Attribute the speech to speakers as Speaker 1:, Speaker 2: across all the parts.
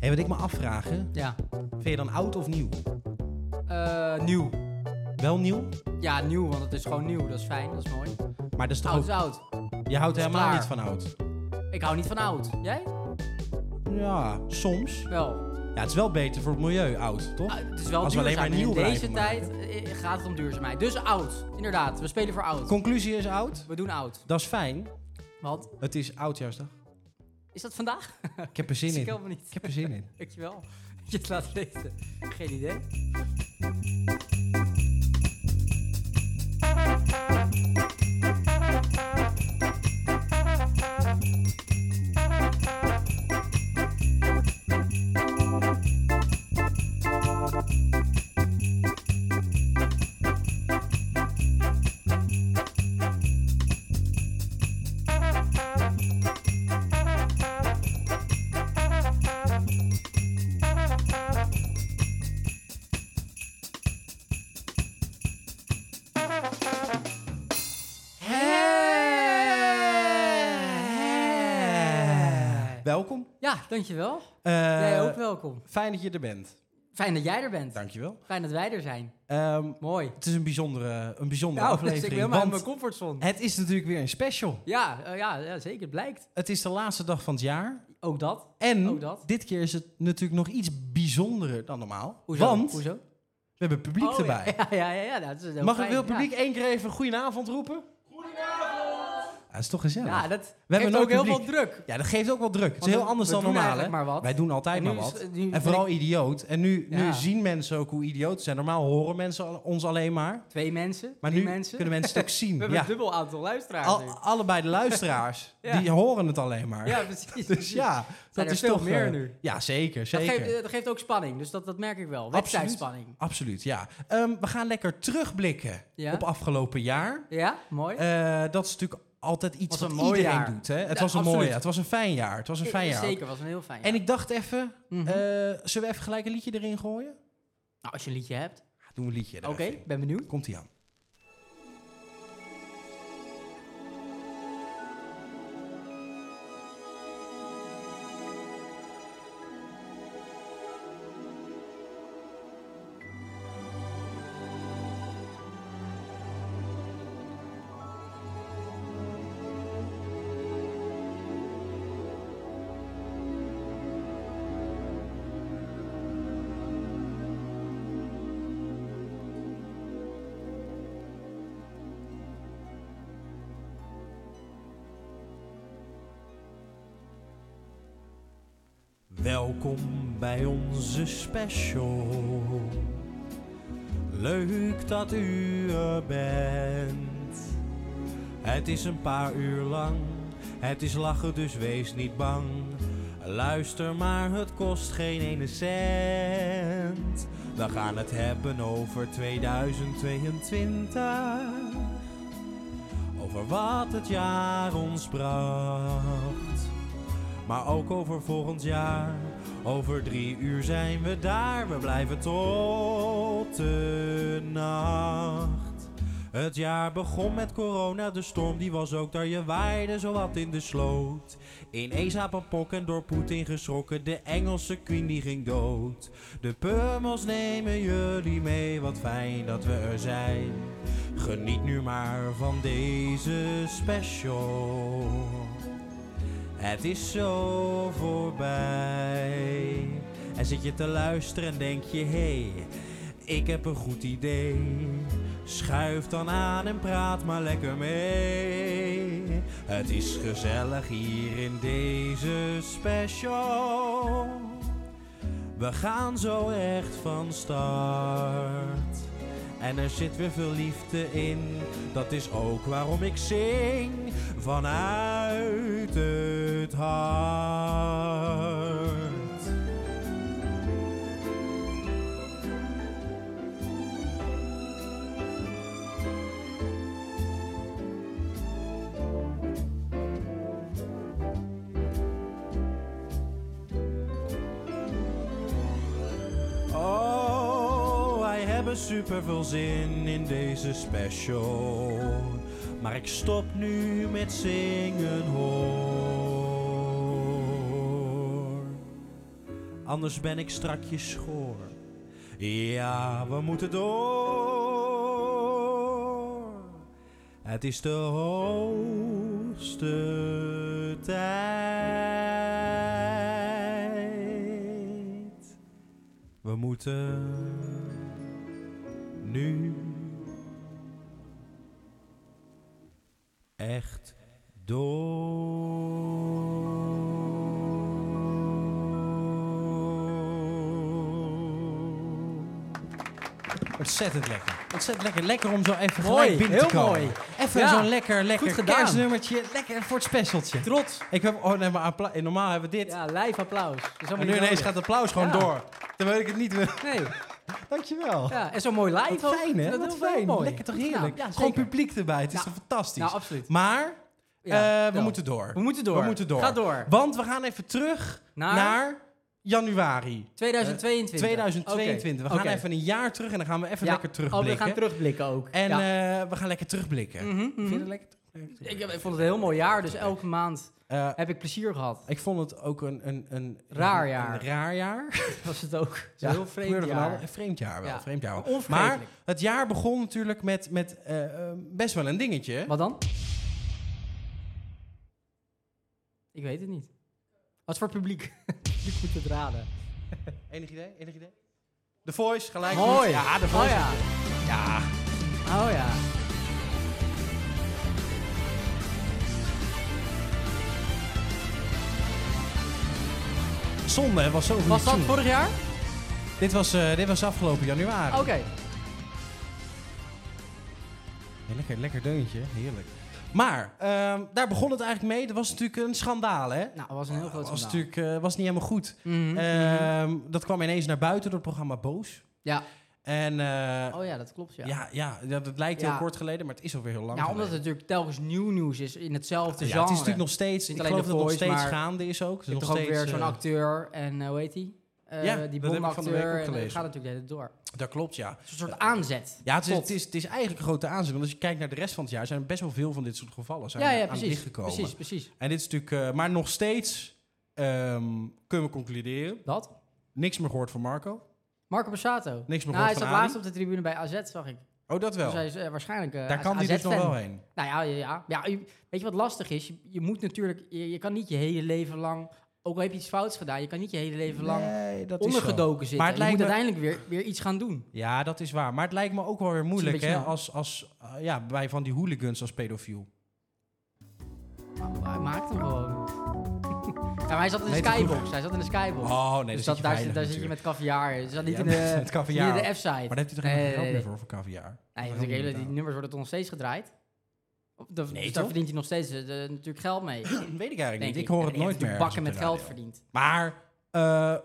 Speaker 1: Hey, wat ik me afvraag, hè?
Speaker 2: Ja.
Speaker 1: vind je dan oud of nieuw?
Speaker 2: Eh, nieuw.
Speaker 1: Wel nieuw,
Speaker 2: Ja, nieuw, want het is gewoon nieuw. Dat is fijn, dat is mooi.
Speaker 1: maar dat is toch
Speaker 2: Oud is
Speaker 1: ook,
Speaker 2: oud.
Speaker 1: je houdt
Speaker 2: is
Speaker 1: helemaal
Speaker 2: klaar.
Speaker 1: niet van oud.
Speaker 2: Ik hou niet van oud. Jij?
Speaker 1: Ja, soms.
Speaker 2: Wel.
Speaker 1: Ja, het is wel beter voor het milieu, oud, toch?
Speaker 2: Ah, het is wel
Speaker 1: Als we
Speaker 2: duurzaam.
Speaker 1: alleen maar
Speaker 2: En
Speaker 1: nieuw
Speaker 2: in deze
Speaker 1: blijven maken.
Speaker 2: tijd eh, gaat het om duurzaamheid. Dus oud. Inderdaad, we spelen voor oud.
Speaker 1: Conclusie is oud.
Speaker 2: We doen oud.
Speaker 1: Dat is fijn.
Speaker 2: Want,
Speaker 1: Het is oudjaarsdag.
Speaker 2: is dat vandaag?
Speaker 1: Ik heb er zin
Speaker 2: Ik
Speaker 1: in.
Speaker 2: helemaal niet.
Speaker 1: Ik heb er zin in.
Speaker 2: Dankjewel. Dat Je het laat weten. Geen idee. Eh.
Speaker 1: Welkom.
Speaker 2: Ja, dankjewel.
Speaker 1: Eh,
Speaker 2: Jij ook welkom.
Speaker 1: Fijn dat je er bent.
Speaker 2: Fijn dat jij er bent.
Speaker 1: Dankjewel.
Speaker 2: Fijn dat wij er zijn.
Speaker 1: Ehm
Speaker 2: Mooi.
Speaker 1: het is een bijzondere, een bijzondere
Speaker 2: Nou, dus ik ben
Speaker 1: aflevering.
Speaker 2: helemaal
Speaker 1: want
Speaker 2: in mijn comfortzone.
Speaker 1: het is natuurlijk weer een special.
Speaker 2: Ja, eh, ja, ja, zeker. Het blijkt.
Speaker 1: Het is de laatste dag van het jaar.
Speaker 2: Ook dat.
Speaker 1: En
Speaker 2: Ook Oh, dat.
Speaker 1: dit keer is het natuurlijk nog iets bijzonderer dan normaal.
Speaker 2: Hoezo?
Speaker 1: Want
Speaker 2: Hoezo?
Speaker 1: we hebben publiek
Speaker 2: Oh,
Speaker 1: erbij.
Speaker 2: Ja, ja, ja. ja, dat is heel
Speaker 1: Mag ik
Speaker 2: fijn.
Speaker 1: wil
Speaker 2: Ja.
Speaker 1: publiek één keer even goedenavond roepen? Goedenavond! dat is toch gezellig.
Speaker 2: Ja,
Speaker 1: Ja,
Speaker 2: dat
Speaker 1: We hebben
Speaker 2: heeft
Speaker 1: ook
Speaker 2: ook heel veel
Speaker 1: publiek.
Speaker 2: druk.
Speaker 1: dat geeft ook wel druk. Het is
Speaker 2: Want
Speaker 1: heel
Speaker 2: we-
Speaker 1: anders
Speaker 2: we
Speaker 1: dan
Speaker 2: doen
Speaker 1: normaal. hè?
Speaker 2: eigenlijk maar wat.
Speaker 1: Wij doen altijd
Speaker 2: En nu
Speaker 1: maar
Speaker 2: is-
Speaker 1: wat.
Speaker 2: nu ben
Speaker 1: En vooral
Speaker 2: ik
Speaker 1: idioot. En nu, nu
Speaker 2: Ja.
Speaker 1: zien mensen ook hoe idioot ze zijn. Normaal horen mensen al- ons alleen maar.
Speaker 2: twee mensen,
Speaker 1: Maar
Speaker 2: drie
Speaker 1: nu
Speaker 2: mensen.
Speaker 1: kunnen mensen het ook
Speaker 2: we
Speaker 1: zien.
Speaker 2: hebben
Speaker 1: ja.
Speaker 2: een dubbel aantal luisteraars
Speaker 1: Al-
Speaker 2: nu.
Speaker 1: allebei de luisteraars,
Speaker 2: Ja.
Speaker 1: die horen het alleen maar.
Speaker 2: Ja, precies.
Speaker 1: Dus ja, dat
Speaker 2: er
Speaker 1: is
Speaker 2: veel
Speaker 1: toch...
Speaker 2: meer
Speaker 1: eh,
Speaker 2: nu.
Speaker 1: Ja, zeker,
Speaker 2: dat,
Speaker 1: zeker.
Speaker 2: geeft, eh, dat geeft ook spanning, dus dat, dat merk ik wel. Wedstrijdspanning.
Speaker 1: Absoluut, ja. Ehm, we gaan lekker terugblikken
Speaker 2: Ja.
Speaker 1: op afgelopen jaar.
Speaker 2: Ja, mooi.
Speaker 1: Eh, dat is natuurlijk altijd iets
Speaker 2: Was
Speaker 1: wat
Speaker 2: een mooi
Speaker 1: iedereen
Speaker 2: jaar.
Speaker 1: doet. Hè? Het
Speaker 2: Ja,
Speaker 1: was een
Speaker 2: absoluut.
Speaker 1: mooi jaar. Het was een fijn jaar. Het was een fijn jaar.
Speaker 2: Zeker, was een heel fijn.
Speaker 1: En
Speaker 2: jaar.
Speaker 1: ik dacht even,
Speaker 2: Mhm.
Speaker 1: eh, zullen we even gelijk een liedje erin gooien?
Speaker 2: nou, als je een liedje hebt.
Speaker 1: Ja, Doen we een liedje er
Speaker 2: Oké,
Speaker 1: even in.
Speaker 2: ben benieuwd.
Speaker 1: Komt ie aan. Welkom bij onze special. Leuk dat u er bent. Het is een paar uur lang. Het is lachen, dus wees niet bang. Luister maar, het kost geen ene cent. We gaan het hebben over 2022. Over wat het jaar ons bracht. Maar ook over volgend jaar. Over drie uur zijn we daar. We blijven tot de nacht. Het jaar begon met corona. De storm die was ook daar. Je waaide zowat in de sloot. Ineens apenpok en door Poetin geschrokken. De Engelse queen die ging dood. De pummels nemen jullie mee. Wat fijn dat we er zijn. Geniet nu maar van deze special. Het is zo voorbij. En zit je te luisteren en denk je: hé, hey, ik heb een goed idee. Schuif dan aan en praat maar lekker mee. Het is gezellig hier in deze special. We gaan zo echt van start. En er zit weer veel liefde in. Dat is ook waarom ik zing vanuit het hart. Oh, wij hebben super veel zin in deze special.
Speaker 3: Maar ik stop nu met zingen hoor. Anders ben ik strakjes schoor. Ja, we moeten door. Het is de hoogste tijd. We moeten nu echt door. Ontzettend lekker. Ontzettend lekker. Lekker om zo even
Speaker 2: Mooi,
Speaker 3: gelijk binnen te
Speaker 2: heel
Speaker 3: komen.
Speaker 2: mooi.
Speaker 3: Even
Speaker 2: Ja,
Speaker 3: zo'n lekker, lekker
Speaker 2: goed gedaan.
Speaker 3: kerstnummertje. Lekker voor het specialtje.
Speaker 2: Trots.
Speaker 3: Ik heb, oh nee, maar appla- eh, normaal hebben we dit.
Speaker 2: Ja, lijf applaus. Dat is allemaal
Speaker 3: en nu
Speaker 2: niet
Speaker 3: ineens gaat
Speaker 2: nodig.
Speaker 3: het applaus gewoon
Speaker 2: Ja.
Speaker 3: door. Terwijl ik het niet wil.
Speaker 2: Nee,
Speaker 3: Dankjewel.
Speaker 2: ja, en zo mooi live.
Speaker 3: Wat
Speaker 2: ook.
Speaker 3: fijn, hè?
Speaker 2: Dat
Speaker 3: Wat
Speaker 2: is wel
Speaker 3: fijn.
Speaker 2: mooi.
Speaker 3: Lekker toch
Speaker 2: Goed gedaan.
Speaker 3: heerlijk.
Speaker 2: Ja,
Speaker 3: gewoon
Speaker 2: zeker.
Speaker 3: publiek erbij. Het is
Speaker 2: Ja.
Speaker 3: toch fantastisch.
Speaker 2: Nou, absoluut.
Speaker 3: maar
Speaker 2: Ja,
Speaker 3: eh, we
Speaker 2: wel.
Speaker 3: moeten door.
Speaker 2: we moeten door.
Speaker 3: We moeten door.
Speaker 2: Ga door.
Speaker 3: Want we gaan even terug
Speaker 2: Naar,
Speaker 3: naar januari
Speaker 2: 2022.
Speaker 3: 2022.
Speaker 2: Oké.
Speaker 3: We gaan
Speaker 2: Oké.
Speaker 3: even een jaar terug en dan gaan we even
Speaker 2: Ja.
Speaker 3: lekker
Speaker 2: Oh, we
Speaker 3: terugblikken.
Speaker 2: gaan terugblikken ook.
Speaker 3: En
Speaker 2: ja.
Speaker 3: eh, we gaan lekker terugblikken.
Speaker 2: Mhm, mhm.
Speaker 3: Vind je het lekker?
Speaker 2: ik, eh, ik vond het een heel mooi jaar, dus elke maand
Speaker 3: Eh,
Speaker 2: heb ik plezier gehad.
Speaker 3: ik vond het ook een, een, een
Speaker 2: Raar
Speaker 3: een-
Speaker 2: jaar.
Speaker 3: Een raar jaar.
Speaker 2: Was het ook. Het is een heel vreemd
Speaker 3: gebeurde van
Speaker 2: jaar.
Speaker 3: alles. Een vreemd jaar wel.
Speaker 2: Ja.
Speaker 3: Vreemd jaar wel. Maar
Speaker 2: Onvergetelijk.
Speaker 3: het jaar begon natuurlijk met, met eh, eh, best wel een dingetje.
Speaker 2: Wat dan? Ik weet het niet. Wat voor publiek? Ik moet het raden.
Speaker 3: Enig idee? Enig idee? The Voice, gelijk.
Speaker 2: Mooi.
Speaker 3: Ja, The
Speaker 2: Oh
Speaker 3: Voice.
Speaker 2: ja.
Speaker 3: ja.
Speaker 2: Oh ja.
Speaker 3: Zonde, er was zoveel
Speaker 2: Was
Speaker 3: niet
Speaker 2: dat
Speaker 3: te zien.
Speaker 2: vorig jaar?
Speaker 3: Dit was, eh, dit was afgelopen januari.
Speaker 2: Oké.
Speaker 3: Ja, lekker, lekker deuntje, heerlijk. Maar ehm, daar begon het eigenlijk mee. Dat was natuurlijk een schandaal, hè?
Speaker 2: Nou, dat was een heel groot
Speaker 3: was
Speaker 2: schandaal.
Speaker 3: natuurlijk eh, was niet helemaal goed.
Speaker 2: Mhm, mhm.
Speaker 3: Ehm, dat kwam ineens naar buiten door het programma Boos.
Speaker 2: ja.
Speaker 3: En eh,
Speaker 2: Oh ja, dat klopt ja.
Speaker 3: ja. Ja, dat, dat lijkt
Speaker 2: Ja.
Speaker 3: heel kort geleden, maar het is alweer heel lang
Speaker 2: Nou, omdat het
Speaker 3: geleden.
Speaker 2: natuurlijk telkens nieuw nieuws is in hetzelfde
Speaker 3: Ja,
Speaker 2: genre.
Speaker 3: het is natuurlijk nog steeds,
Speaker 2: Niet
Speaker 3: ik
Speaker 2: alleen
Speaker 3: geloof
Speaker 2: The
Speaker 3: dat het nog
Speaker 2: Voice,
Speaker 3: steeds
Speaker 2: maar
Speaker 3: gaande is ook. Het
Speaker 2: Er
Speaker 3: is
Speaker 2: is
Speaker 3: nog
Speaker 2: toch ook
Speaker 3: steeds,
Speaker 2: weer zo'n
Speaker 3: eh,
Speaker 2: acteur en eh, hoe heet die? Eh,
Speaker 3: Ja,
Speaker 2: die
Speaker 3: dat heb ik van de week ook
Speaker 2: bomacteur. En
Speaker 3: gelezen.
Speaker 2: dat gaat natuurlijk de hele tijd door. Het
Speaker 3: Dat klopt, ja.
Speaker 2: is een soort aanzet.
Speaker 3: Ja, het is,
Speaker 2: Tot.
Speaker 3: het, is, het is eigenlijk een grote aanzet. Want als je kijkt naar de rest van het jaar, zijn er best wel veel van dit soort gevallen zijn
Speaker 2: ja,
Speaker 3: er
Speaker 2: ja,
Speaker 3: aan het licht
Speaker 2: precies.
Speaker 3: gekomen.
Speaker 2: Precies, precies.
Speaker 3: En dit is natuurlijk, eh, maar nog steeds ehm, kunnen we concluderen:
Speaker 2: Dat?
Speaker 3: niks meer gehoord van Marco.
Speaker 2: Marco Borsato.
Speaker 3: Niks meer
Speaker 2: nou, hij
Speaker 3: gehoord
Speaker 2: zat
Speaker 3: van
Speaker 2: laatst op de tribune bij AZ, zag ik.
Speaker 3: Oh, dat wel.
Speaker 2: Dus hij is eh, waarschijnlijk eh,
Speaker 3: Daar kan
Speaker 2: AZ
Speaker 3: hij dus nog
Speaker 2: fan.
Speaker 3: wel heen.
Speaker 2: Nou ja, ja, ja. ja je- weet je wat lastig is? Je, je moet natuurlijk... Je, je kan niet je hele leven lang... Ook al heb je iets fouts gedaan, je kan niet je hele leven lang
Speaker 3: Nee, dat is zo.
Speaker 2: ondergedoken zitten.
Speaker 3: Maar
Speaker 2: Maar
Speaker 3: het
Speaker 2: je moet
Speaker 3: lijkt
Speaker 2: uiteindelijk weer, weer iets gaan doen.
Speaker 3: Ja, dat is waar. Maar het lijkt me ook wel weer moeilijk
Speaker 2: beetje
Speaker 3: hè,
Speaker 2: snel.
Speaker 3: als, als, eh, ja, bij van die hooligans als pedofiel.
Speaker 2: Maar Hij maakt hem gewoon. Ja, maar hij zat in de
Speaker 3: Nee, te
Speaker 2: skybox.
Speaker 3: goed.
Speaker 2: Hij zat in de skybox.
Speaker 3: Oh nee,
Speaker 2: dus
Speaker 3: dat,
Speaker 2: dat, daar,
Speaker 3: zit
Speaker 2: zit,
Speaker 3: je
Speaker 2: daar
Speaker 3: veilig
Speaker 2: zit je
Speaker 3: natuurlijk.
Speaker 2: met caviar. Dus dat niet
Speaker 3: Ja,
Speaker 2: in de,
Speaker 3: met kaviaar.
Speaker 2: niet in de F-site.
Speaker 3: Maar daar heeft hij toch helemaal
Speaker 2: Nee,
Speaker 3: geen geld
Speaker 2: nee,
Speaker 3: meer
Speaker 2: nee.
Speaker 3: voor, voor caviar?
Speaker 2: Nee,
Speaker 3: Dat
Speaker 2: want
Speaker 3: wil
Speaker 2: ik hele,
Speaker 3: niet
Speaker 2: die
Speaker 3: betalen.
Speaker 2: nummers worden toch nog steeds gedraaid? Of de-
Speaker 3: Nee,
Speaker 2: dus
Speaker 3: toch?
Speaker 2: daar verdient hij nog steeds eh, de- natuurlijk geld mee. denk
Speaker 3: Weet ik eigenlijk niet. Ik
Speaker 2: ik
Speaker 3: hoor
Speaker 2: En
Speaker 3: het
Speaker 2: die heeft
Speaker 3: nooit
Speaker 2: natuurlijk
Speaker 3: meer. ergens
Speaker 2: bakken
Speaker 3: op
Speaker 2: met
Speaker 3: de
Speaker 2: geld
Speaker 3: radio.
Speaker 2: verdiend.
Speaker 3: Maar eh,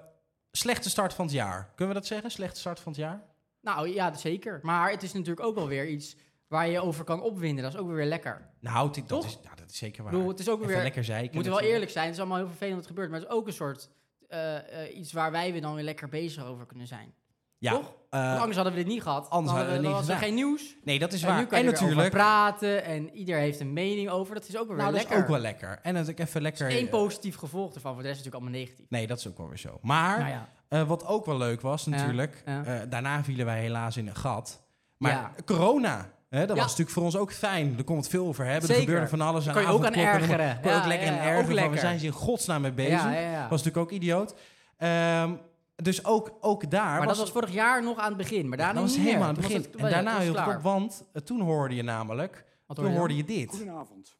Speaker 3: slechte start van het jaar. Kunnen we dat zeggen? Slechte start van het jaar?
Speaker 2: Nou ja, zeker. Maar het is natuurlijk ook wel weer iets waar je over kan opwinden. Dat is ook weer lekker.
Speaker 3: Nou, dit- dat,
Speaker 2: Toch?
Speaker 3: is, nou, dat is zeker
Speaker 2: Ik
Speaker 3: waar.
Speaker 2: bedoel, het is ook
Speaker 3: Even
Speaker 2: weer
Speaker 3: lekker zeiken.
Speaker 2: We moeten wel
Speaker 3: natuurlijk.
Speaker 2: eerlijk zijn, het is allemaal heel vervelend wat er gebeurt. Maar het is ook een soort eh, eh, iets waar wij weer dan weer lekker bezig over kunnen zijn.
Speaker 3: Ja,
Speaker 2: Toch?
Speaker 3: eh,
Speaker 2: Want anders hadden we dit niet gehad. Dan
Speaker 3: hadden we
Speaker 2: hadden we-
Speaker 3: het
Speaker 2: dan
Speaker 3: niet
Speaker 2: was er
Speaker 3: gedaan.
Speaker 2: geen nieuws.
Speaker 3: nee, dat is
Speaker 2: en nu
Speaker 3: waar.
Speaker 2: kan
Speaker 3: En
Speaker 2: je natuurlijk... over
Speaker 3: natuurlijk,
Speaker 2: praten en ieder heeft een mening over. Dat is ook weer
Speaker 3: nou, dat
Speaker 2: lekker.
Speaker 3: is ook wel lekker. En dat ik even lekker...
Speaker 2: Er is één
Speaker 3: eh,
Speaker 2: positief gevolg ervan, voor de rest is het natuurlijk allemaal negatief.
Speaker 3: Nee, dat is ook wel weer zo. Maar
Speaker 2: nou ja,
Speaker 3: eh, wat ook wel leuk was natuurlijk,
Speaker 2: ja.
Speaker 3: eh, daarna vielen wij helaas in een gat. Maar
Speaker 2: Ja.
Speaker 3: corona, hè, dat
Speaker 2: Ja.
Speaker 3: was natuurlijk voor ons ook fijn. Daar kon het veel over hebben.
Speaker 2: Zeker.
Speaker 3: Er gebeurde van alles.
Speaker 2: Daar kon je ook aan
Speaker 3: avondklokken, noem maar-
Speaker 2: ergeren.
Speaker 3: Kon je ook
Speaker 2: Ja,
Speaker 3: lekker
Speaker 2: ja,
Speaker 3: aan
Speaker 2: ja, ook
Speaker 3: ergeren. van, We
Speaker 2: lekker.
Speaker 3: zijn ze in godsnaam mee bezig.
Speaker 2: ja, ja, ja.
Speaker 3: Was natuurlijk ook idioot. Ehm, dus ook, ook daar
Speaker 2: maar
Speaker 3: was
Speaker 2: dat was vorig jaar nog aan het begin. Maar daarna
Speaker 3: dat was
Speaker 2: niet meer.
Speaker 3: helemaal aan het
Speaker 2: Toen was
Speaker 3: begin. en
Speaker 2: ja,
Speaker 3: daarna
Speaker 2: toen
Speaker 3: hield
Speaker 2: was
Speaker 3: het op,
Speaker 2: klaar.
Speaker 3: want eh, toen hoorde je namelijk,
Speaker 2: Wat
Speaker 3: toen
Speaker 2: hoor
Speaker 3: hoorde
Speaker 2: je
Speaker 3: je dit.
Speaker 4: Goedenavond.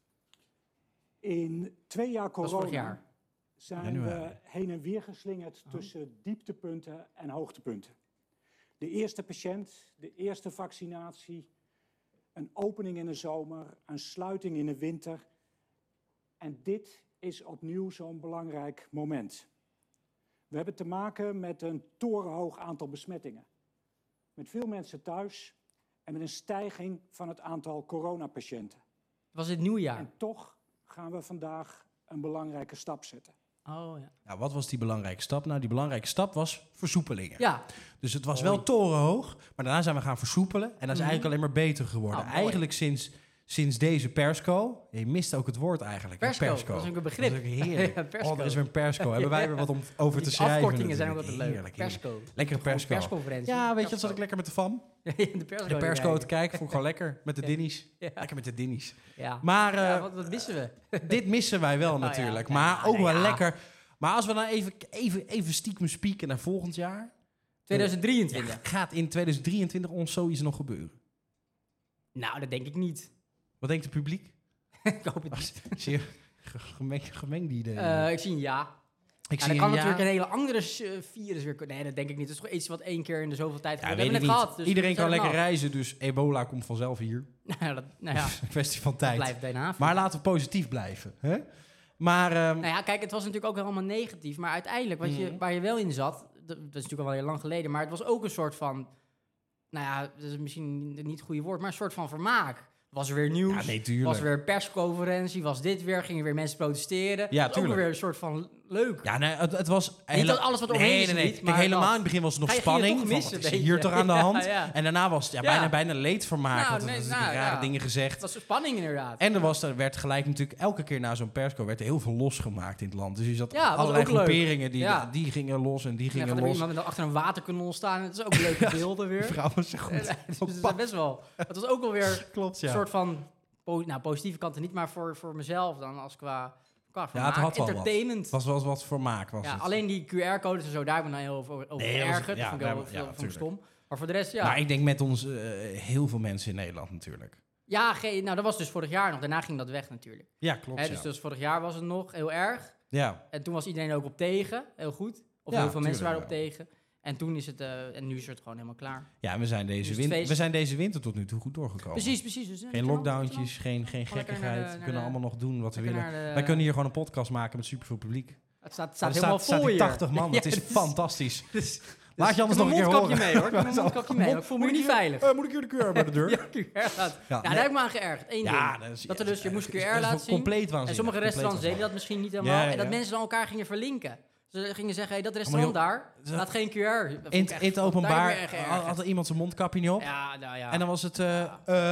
Speaker 4: In twee jaar
Speaker 2: was vorig
Speaker 4: corona
Speaker 2: jaar. Oh.
Speaker 4: zijn
Speaker 3: Januari.
Speaker 4: we heen en weer geslingerd tussen dieptepunten en hoogtepunten. De eerste patiënt, de eerste vaccinatie, een opening in de zomer, een sluiting in de winter. En dit is opnieuw zo'n belangrijk moment. We hebben te maken met een torenhoog aantal besmettingen. Met veel mensen thuis en met een stijging van het aantal coronapatiënten.
Speaker 2: was het nieuwjaar.
Speaker 4: En toch gaan we vandaag een belangrijke stap zetten.
Speaker 2: Oh, ja.
Speaker 3: Nou, wat was die belangrijke stap? Nou, die belangrijke stap was versoepelingen.
Speaker 2: ja,
Speaker 3: Dus het was
Speaker 2: Mooi.
Speaker 3: wel torenhoog, maar daarna zijn we gaan versoepelen. En dat is
Speaker 2: Mhm.
Speaker 3: eigenlijk alleen maar beter geworden.
Speaker 2: Ah, mooi.
Speaker 3: eigenlijk sinds, sinds deze persco. Je mist ook het woord eigenlijk. hè,
Speaker 2: Persco, dat is ook een begrip.
Speaker 3: Dat is ook heerlijk.
Speaker 2: Ja, persco.
Speaker 3: Oh, er is weer een persco. Hebben wij weer wat om over te
Speaker 2: Die
Speaker 3: schrijven.
Speaker 2: afkortingen zijn ook
Speaker 3: natuurlijk.
Speaker 2: altijd leuk.
Speaker 3: Heerlijk, heerlijk.
Speaker 2: Persco.
Speaker 3: Lekkere
Speaker 2: Gewoon
Speaker 3: persco.
Speaker 2: Persconferentie.
Speaker 3: Ja, weet je, dat zat ik lekker met de fam.
Speaker 2: lekker. de persco.
Speaker 3: De persco te
Speaker 2: erbij.
Speaker 3: kijken vond ik gewoon lekker. Met de dinnies.
Speaker 2: Ja.
Speaker 3: Lekker met de dinnies.
Speaker 2: Ja.
Speaker 3: Maar eh,
Speaker 2: Ja, wat, wat missen we?
Speaker 3: dit missen wij wel
Speaker 2: ja.
Speaker 3: natuurlijk.
Speaker 2: Ja,
Speaker 3: Maar ook
Speaker 2: nou
Speaker 3: wel
Speaker 2: ja.
Speaker 3: lekker. Maar als we dan even, even, even stiekem spieken naar volgend jaar.
Speaker 2: 2023.
Speaker 3: Gaat in 2023 ons zoiets nog gebeuren?
Speaker 2: Nou, dat denk ik niet.
Speaker 3: Wat denkt het publiek?
Speaker 2: ik hoop
Speaker 3: Ah,
Speaker 2: het niet.
Speaker 3: Zeer ge- gemengd, gemengd die idee.
Speaker 2: Eh, ik zie een ja.
Speaker 3: ik
Speaker 2: Ja,
Speaker 3: zie
Speaker 2: dan kan
Speaker 3: een
Speaker 2: natuurlijk
Speaker 3: ja.
Speaker 2: een hele andere s- eh, virus weer... ko- Nee, dat denk ik niet. Dat is toch iets wat één keer in de zoveel tijd...
Speaker 3: Ja,
Speaker 2: gebeurt.
Speaker 3: weet
Speaker 2: we
Speaker 3: ik
Speaker 2: hebben
Speaker 3: niet.
Speaker 2: het gehad. dus
Speaker 3: Iedereen
Speaker 2: het
Speaker 3: kan
Speaker 2: is
Speaker 3: lekker
Speaker 2: helemaal-
Speaker 3: reizen, dus ebola komt vanzelf hier.
Speaker 2: Nou, dat, nou ja,
Speaker 3: Dus een kwestie van
Speaker 2: dat
Speaker 3: tijd.
Speaker 2: blijft bijna.
Speaker 3: Maar laten we positief blijven. Hè? Maar ehm,
Speaker 2: Nou ja, kijk, het was natuurlijk ook helemaal negatief. Maar uiteindelijk, wat je,
Speaker 3: Mhm.
Speaker 2: waar je wel in zat, dat, dat is natuurlijk al wel heel lang geleden, maar het was ook een soort van, nou ja, dat is misschien niet het goede woord, maar een soort van vermaak. Was er weer nieuws,
Speaker 3: ja, nee, tuurlijk.
Speaker 2: was er weer een persconferentie, was dit weer, gingen weer mensen protesteren. Dat
Speaker 3: Ja,
Speaker 2: is ook
Speaker 3: tuurlijk.
Speaker 2: weer een soort van leuk.
Speaker 3: Ja, nee, het, het was... hele-
Speaker 2: dat alles wat
Speaker 3: nee,
Speaker 2: omheen
Speaker 3: nee,
Speaker 2: is
Speaker 3: nee.
Speaker 2: niet,
Speaker 3: Kijk,
Speaker 2: maar
Speaker 3: helemaal
Speaker 2: dat.
Speaker 3: in het begin was het nog
Speaker 2: Ga je- ga je
Speaker 3: spanning.
Speaker 2: toch
Speaker 3: van,
Speaker 2: missen,
Speaker 3: wat is
Speaker 2: weet
Speaker 3: hier
Speaker 2: je?
Speaker 3: toch aan de hand?
Speaker 2: Ja, ja.
Speaker 3: En daarna was het ja,
Speaker 2: Ja.
Speaker 3: Bijna, bijna leedvermaak.
Speaker 2: Nou,
Speaker 3: want er
Speaker 2: nee,
Speaker 3: was
Speaker 2: nou,
Speaker 3: rare
Speaker 2: ja.
Speaker 3: dingen gezegd.
Speaker 2: Het was spanning inderdaad.
Speaker 3: En er, was, er werd gelijk natuurlijk elke keer na zo'n persco werd er heel veel losgemaakt in het land. Dus je zat
Speaker 2: Ja, dat was
Speaker 3: allerlei
Speaker 2: ook leuk.
Speaker 3: groeperingen die,
Speaker 2: Ja.
Speaker 3: die gingen los en die
Speaker 2: En dan
Speaker 3: gingen
Speaker 2: gaat er weer
Speaker 3: los.
Speaker 2: iemand achter een waterkanon staan. Het is ook leuke beelden
Speaker 3: Die
Speaker 2: weer.
Speaker 3: vrouwen zijn
Speaker 2: Eh,
Speaker 3: goed.
Speaker 2: Dus het is best wel. Het was ook wel weer
Speaker 3: Klopt,
Speaker 2: een
Speaker 3: ja.
Speaker 2: soort van, po- nou positieve kanten niet, maar voor, voor mezelf dan als qua, qua
Speaker 3: Ja, het
Speaker 2: vermaak,
Speaker 3: had wel wat.
Speaker 2: entertainment.
Speaker 3: Het was wel eens wat voor maak, was
Speaker 2: ja,
Speaker 3: het.
Speaker 2: alleen die QR-codes en zo, daar ben ik dan heel over, over
Speaker 3: Nee, dat was-
Speaker 2: erger. Dat
Speaker 3: ja,
Speaker 2: vond ik wel
Speaker 3: daar- ja,
Speaker 2: vond ik
Speaker 3: tuurlijk.
Speaker 2: stom. Maar voor de rest, ja.
Speaker 3: Maar ik denk met ons eh, heel veel mensen in Nederland natuurlijk.
Speaker 2: Ja, ge- nou dat was dus vorig jaar nog. Daarna ging dat weg natuurlijk.
Speaker 3: Ja, klopt.
Speaker 2: Hè,
Speaker 3: ja.
Speaker 2: dus, dus vorig jaar was het nog heel erg.
Speaker 3: ja.
Speaker 2: En toen was iedereen ook op tegen, heel goed. Of
Speaker 3: Ja,
Speaker 2: heel veel mensen waren
Speaker 3: tuurlijk
Speaker 2: op tegen. En toen is het, eh, en nu is het gewoon helemaal klaar.
Speaker 3: Ja, we zijn,
Speaker 2: Dus
Speaker 3: deze
Speaker 2: het
Speaker 3: winter,
Speaker 2: feest-
Speaker 3: we zijn deze winter tot nu toe goed doorgekomen.
Speaker 2: Precies, precies. Dus, eh,
Speaker 3: Geen
Speaker 2: niks aan de hand,
Speaker 3: lockdowntjes, geen, geen
Speaker 2: Gewoon lekker
Speaker 3: gekkigheid.
Speaker 2: naar de-
Speaker 3: we
Speaker 2: naar
Speaker 3: kunnen
Speaker 2: de-
Speaker 3: allemaal nog doen wat we
Speaker 2: niks aan de
Speaker 3: willen.
Speaker 2: hand. Lekker naar de-
Speaker 3: Wij kunnen hier gewoon een podcast maken met superveel publiek.
Speaker 2: Het staat, het
Speaker 3: Er
Speaker 2: staat helemaal
Speaker 3: staat
Speaker 2: voor
Speaker 3: hier
Speaker 2: je.
Speaker 3: 80 man, dat is
Speaker 2: Ja, dus-
Speaker 3: fantastisch.
Speaker 2: dus-
Speaker 3: Laat je anders nog een
Speaker 2: Ik
Speaker 3: keer
Speaker 2: heb
Speaker 3: horen.
Speaker 2: mijn mondkapje mee hoor. Ik heb mijn mondkapje mee. want Ik voel me hier niet veilig.
Speaker 3: Eh, moet ik hier de keur bij de deur?
Speaker 2: Ja, QR gaat. Ja, daar
Speaker 3: nee.
Speaker 2: heb ik me aan geërgerd. Eén ding.
Speaker 3: dat, is,
Speaker 2: Dat er dus, je
Speaker 3: eh,
Speaker 2: moest
Speaker 3: dat is-
Speaker 2: QR
Speaker 3: dat is
Speaker 2: laten zien.
Speaker 3: Compleet waanzinnig.
Speaker 2: En sommige restaurants deden
Speaker 3: compleet
Speaker 2: dat misschien niet helemaal.
Speaker 3: Ja,
Speaker 2: en dat
Speaker 3: ja.
Speaker 2: mensen dan elkaar gingen verlinken. Ze gingen zeggen, hey, dat restaurant
Speaker 3: joh,
Speaker 2: daar
Speaker 3: dat-
Speaker 2: had geen QR. Dat vond ik
Speaker 3: waanzinnig. In,
Speaker 2: echt-
Speaker 3: in het
Speaker 2: daar
Speaker 3: openbaar
Speaker 2: heb ik me echt
Speaker 3: had
Speaker 2: geërgerd.
Speaker 3: had er iemand zijn mondkapje niet op.
Speaker 2: Ja, nou ja.
Speaker 3: En dan was het, eh,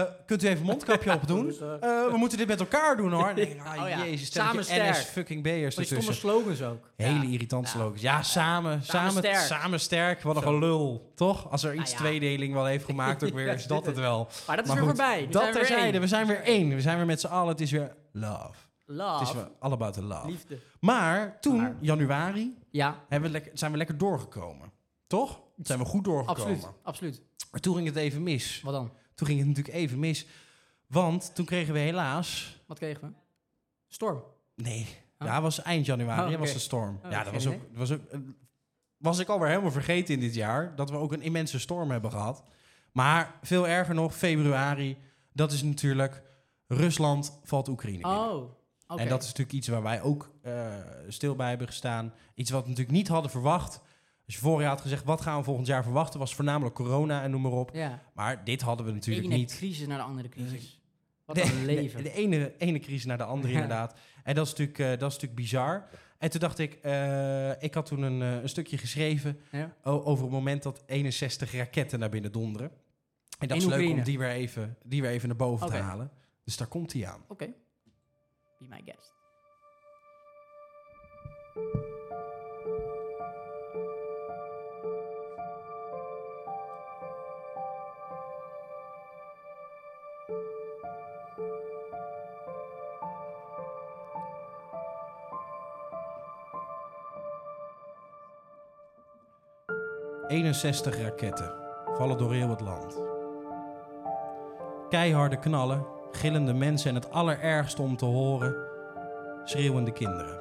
Speaker 3: eh, kunt u even mondkapje opdoen?
Speaker 5: Dus, eh,
Speaker 3: Eh, we moeten dit met elkaar doen hoor. Nee, ah,
Speaker 2: Oh ja,
Speaker 3: Jezus,
Speaker 2: samen
Speaker 3: stelletje NS
Speaker 2: sterk.
Speaker 3: fucking B'ers
Speaker 2: Van die stomme
Speaker 3: ertussen.
Speaker 2: slogans ook.
Speaker 3: Hele
Speaker 2: Ja.
Speaker 3: irritant
Speaker 2: Ja.
Speaker 3: slogans. Ja, samen, samen, samen sterk.
Speaker 2: sterk.
Speaker 3: Wat een
Speaker 2: Zo. Ah,
Speaker 3: gelul, toch? Als er iets
Speaker 2: ja.
Speaker 3: tweedeling wel heeft gemaakt, ook weer is dat het wel.
Speaker 2: Maar dat is
Speaker 3: Maar
Speaker 2: weer
Speaker 3: goed,
Speaker 2: voorbij. Nu
Speaker 3: Dat
Speaker 2: zijn we weer
Speaker 3: terzijde,
Speaker 2: één.
Speaker 3: we zijn weer één. We zijn weer met z'n allen. Het is weer love. Het is
Speaker 2: Love.
Speaker 3: weer all about the love.
Speaker 2: Liefde.
Speaker 3: Maar toen,
Speaker 2: Maar-
Speaker 3: januari,
Speaker 2: Ja,
Speaker 3: hebben we lekker, zijn we lekker doorgekomen. Toch? Zijn we goed doorgekomen.
Speaker 2: absoluut. Absoluut.
Speaker 3: Maar toen ging het even mis.
Speaker 2: Wat dan?
Speaker 3: Toen ging het natuurlijk even mis. Want toen kregen we helaas...
Speaker 2: Wat kregen we? Storm.
Speaker 3: Nee,
Speaker 2: Oh.
Speaker 3: ja, het was eind januari.
Speaker 2: Oh,
Speaker 3: hè, was
Speaker 2: oké.
Speaker 3: de storm.
Speaker 2: Oh,
Speaker 3: ja, dat
Speaker 2: geen
Speaker 3: was ook...
Speaker 2: idee.
Speaker 3: Was, ook eh, was ik alweer helemaal vergeten in dit jaar... dat we ook een immense storm hebben gehad. Maar veel erger nog, februari... dat is natuurlijk... Rusland valt Oekraïne binnen.
Speaker 2: Oh, oké.
Speaker 3: En dat is natuurlijk iets waar wij ook eh, stil bij hebben gestaan. Iets wat we natuurlijk niet hadden verwacht. Als je vorig jaar had gezegd, wat gaan we volgend jaar verwachten... was voornamelijk corona en noem maar op.
Speaker 2: Ja.
Speaker 3: Maar dit hadden we
Speaker 2: De
Speaker 3: natuurlijk
Speaker 2: ene
Speaker 3: niet.
Speaker 2: crisis naar de andere crisis. Wat
Speaker 3: Nee,
Speaker 2: een leven.
Speaker 3: De, de ene, ene crisis naar de andere
Speaker 2: Ja.
Speaker 3: inderdaad. En dat is natuurlijk, eh, dat is natuurlijk bizar. En toen dacht ik, eh, ik had toen een, eh, een stukje geschreven...
Speaker 2: Ja.
Speaker 3: o- over het moment dat 61 raketten naar binnen donderen. En
Speaker 2: In
Speaker 3: dat is leuk om
Speaker 2: Oekraïne.
Speaker 3: die weer even, die weer even naar boven
Speaker 2: Oké.
Speaker 3: te halen. Dus daar komt hij aan.
Speaker 2: Oké. Be my guest.
Speaker 3: Oké. 61 raketten vallen door heel het land. Keiharde knallen, gillende mensen en het allerergste om te horen: schreeuwende kinderen.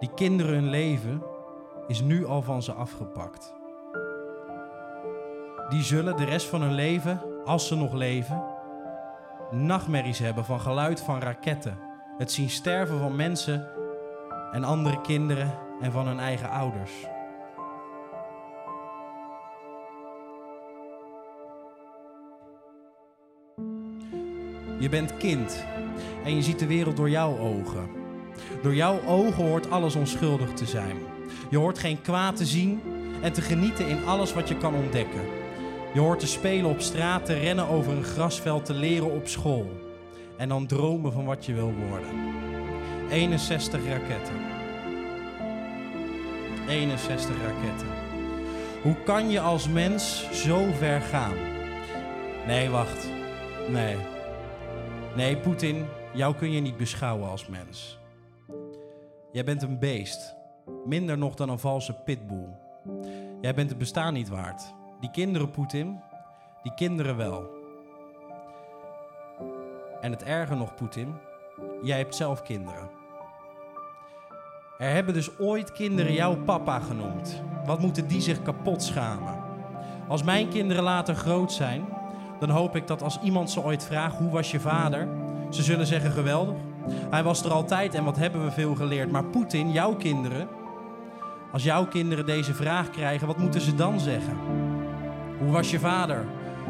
Speaker 3: Die kinderen hun leven is nu al van ze afgepakt. Die zullen de rest van hun leven, als ze nog leven, nachtmerries hebben van geluid van raketten, het zien sterven van mensen en andere kinderen en van hun eigen ouders. Je bent kind en je ziet de wereld door jouw ogen. Door jouw ogen hoort alles onschuldig te zijn. Je hoort geen kwaad te zien en te genieten in alles wat je kan ontdekken. Je hoort te spelen op straat, te rennen over een grasveld, te leren op school. En dan dromen van wat je wil worden. 61 raketten. 61 raketten. Hoe kan je als mens zo ver gaan? Nee, wacht. Nee. Nee, Poetin, jou kun je niet beschouwen als mens. Jij bent een beest. Minder nog dan een valse pitbull. Jij bent het bestaan niet waard. Die kinderen, Poetin, die kinderen wel. En het erger nog, Poetin, jij hebt zelf kinderen. Er hebben dus ooit kinderen jouw papa genoemd. Wat moeten die zich kapot schamen? Als mijn kinderen later groot zijn, dan hoop ik dat als iemand ze ooit vraagt hoe was je vader, ze zullen zeggen geweldig. Hij was er altijd en wat hebben we veel geleerd. Maar Poetin, jouw kinderen, als jouw kinderen deze vraag krijgen, wat moeten ze dan zeggen? Hoe was je vader?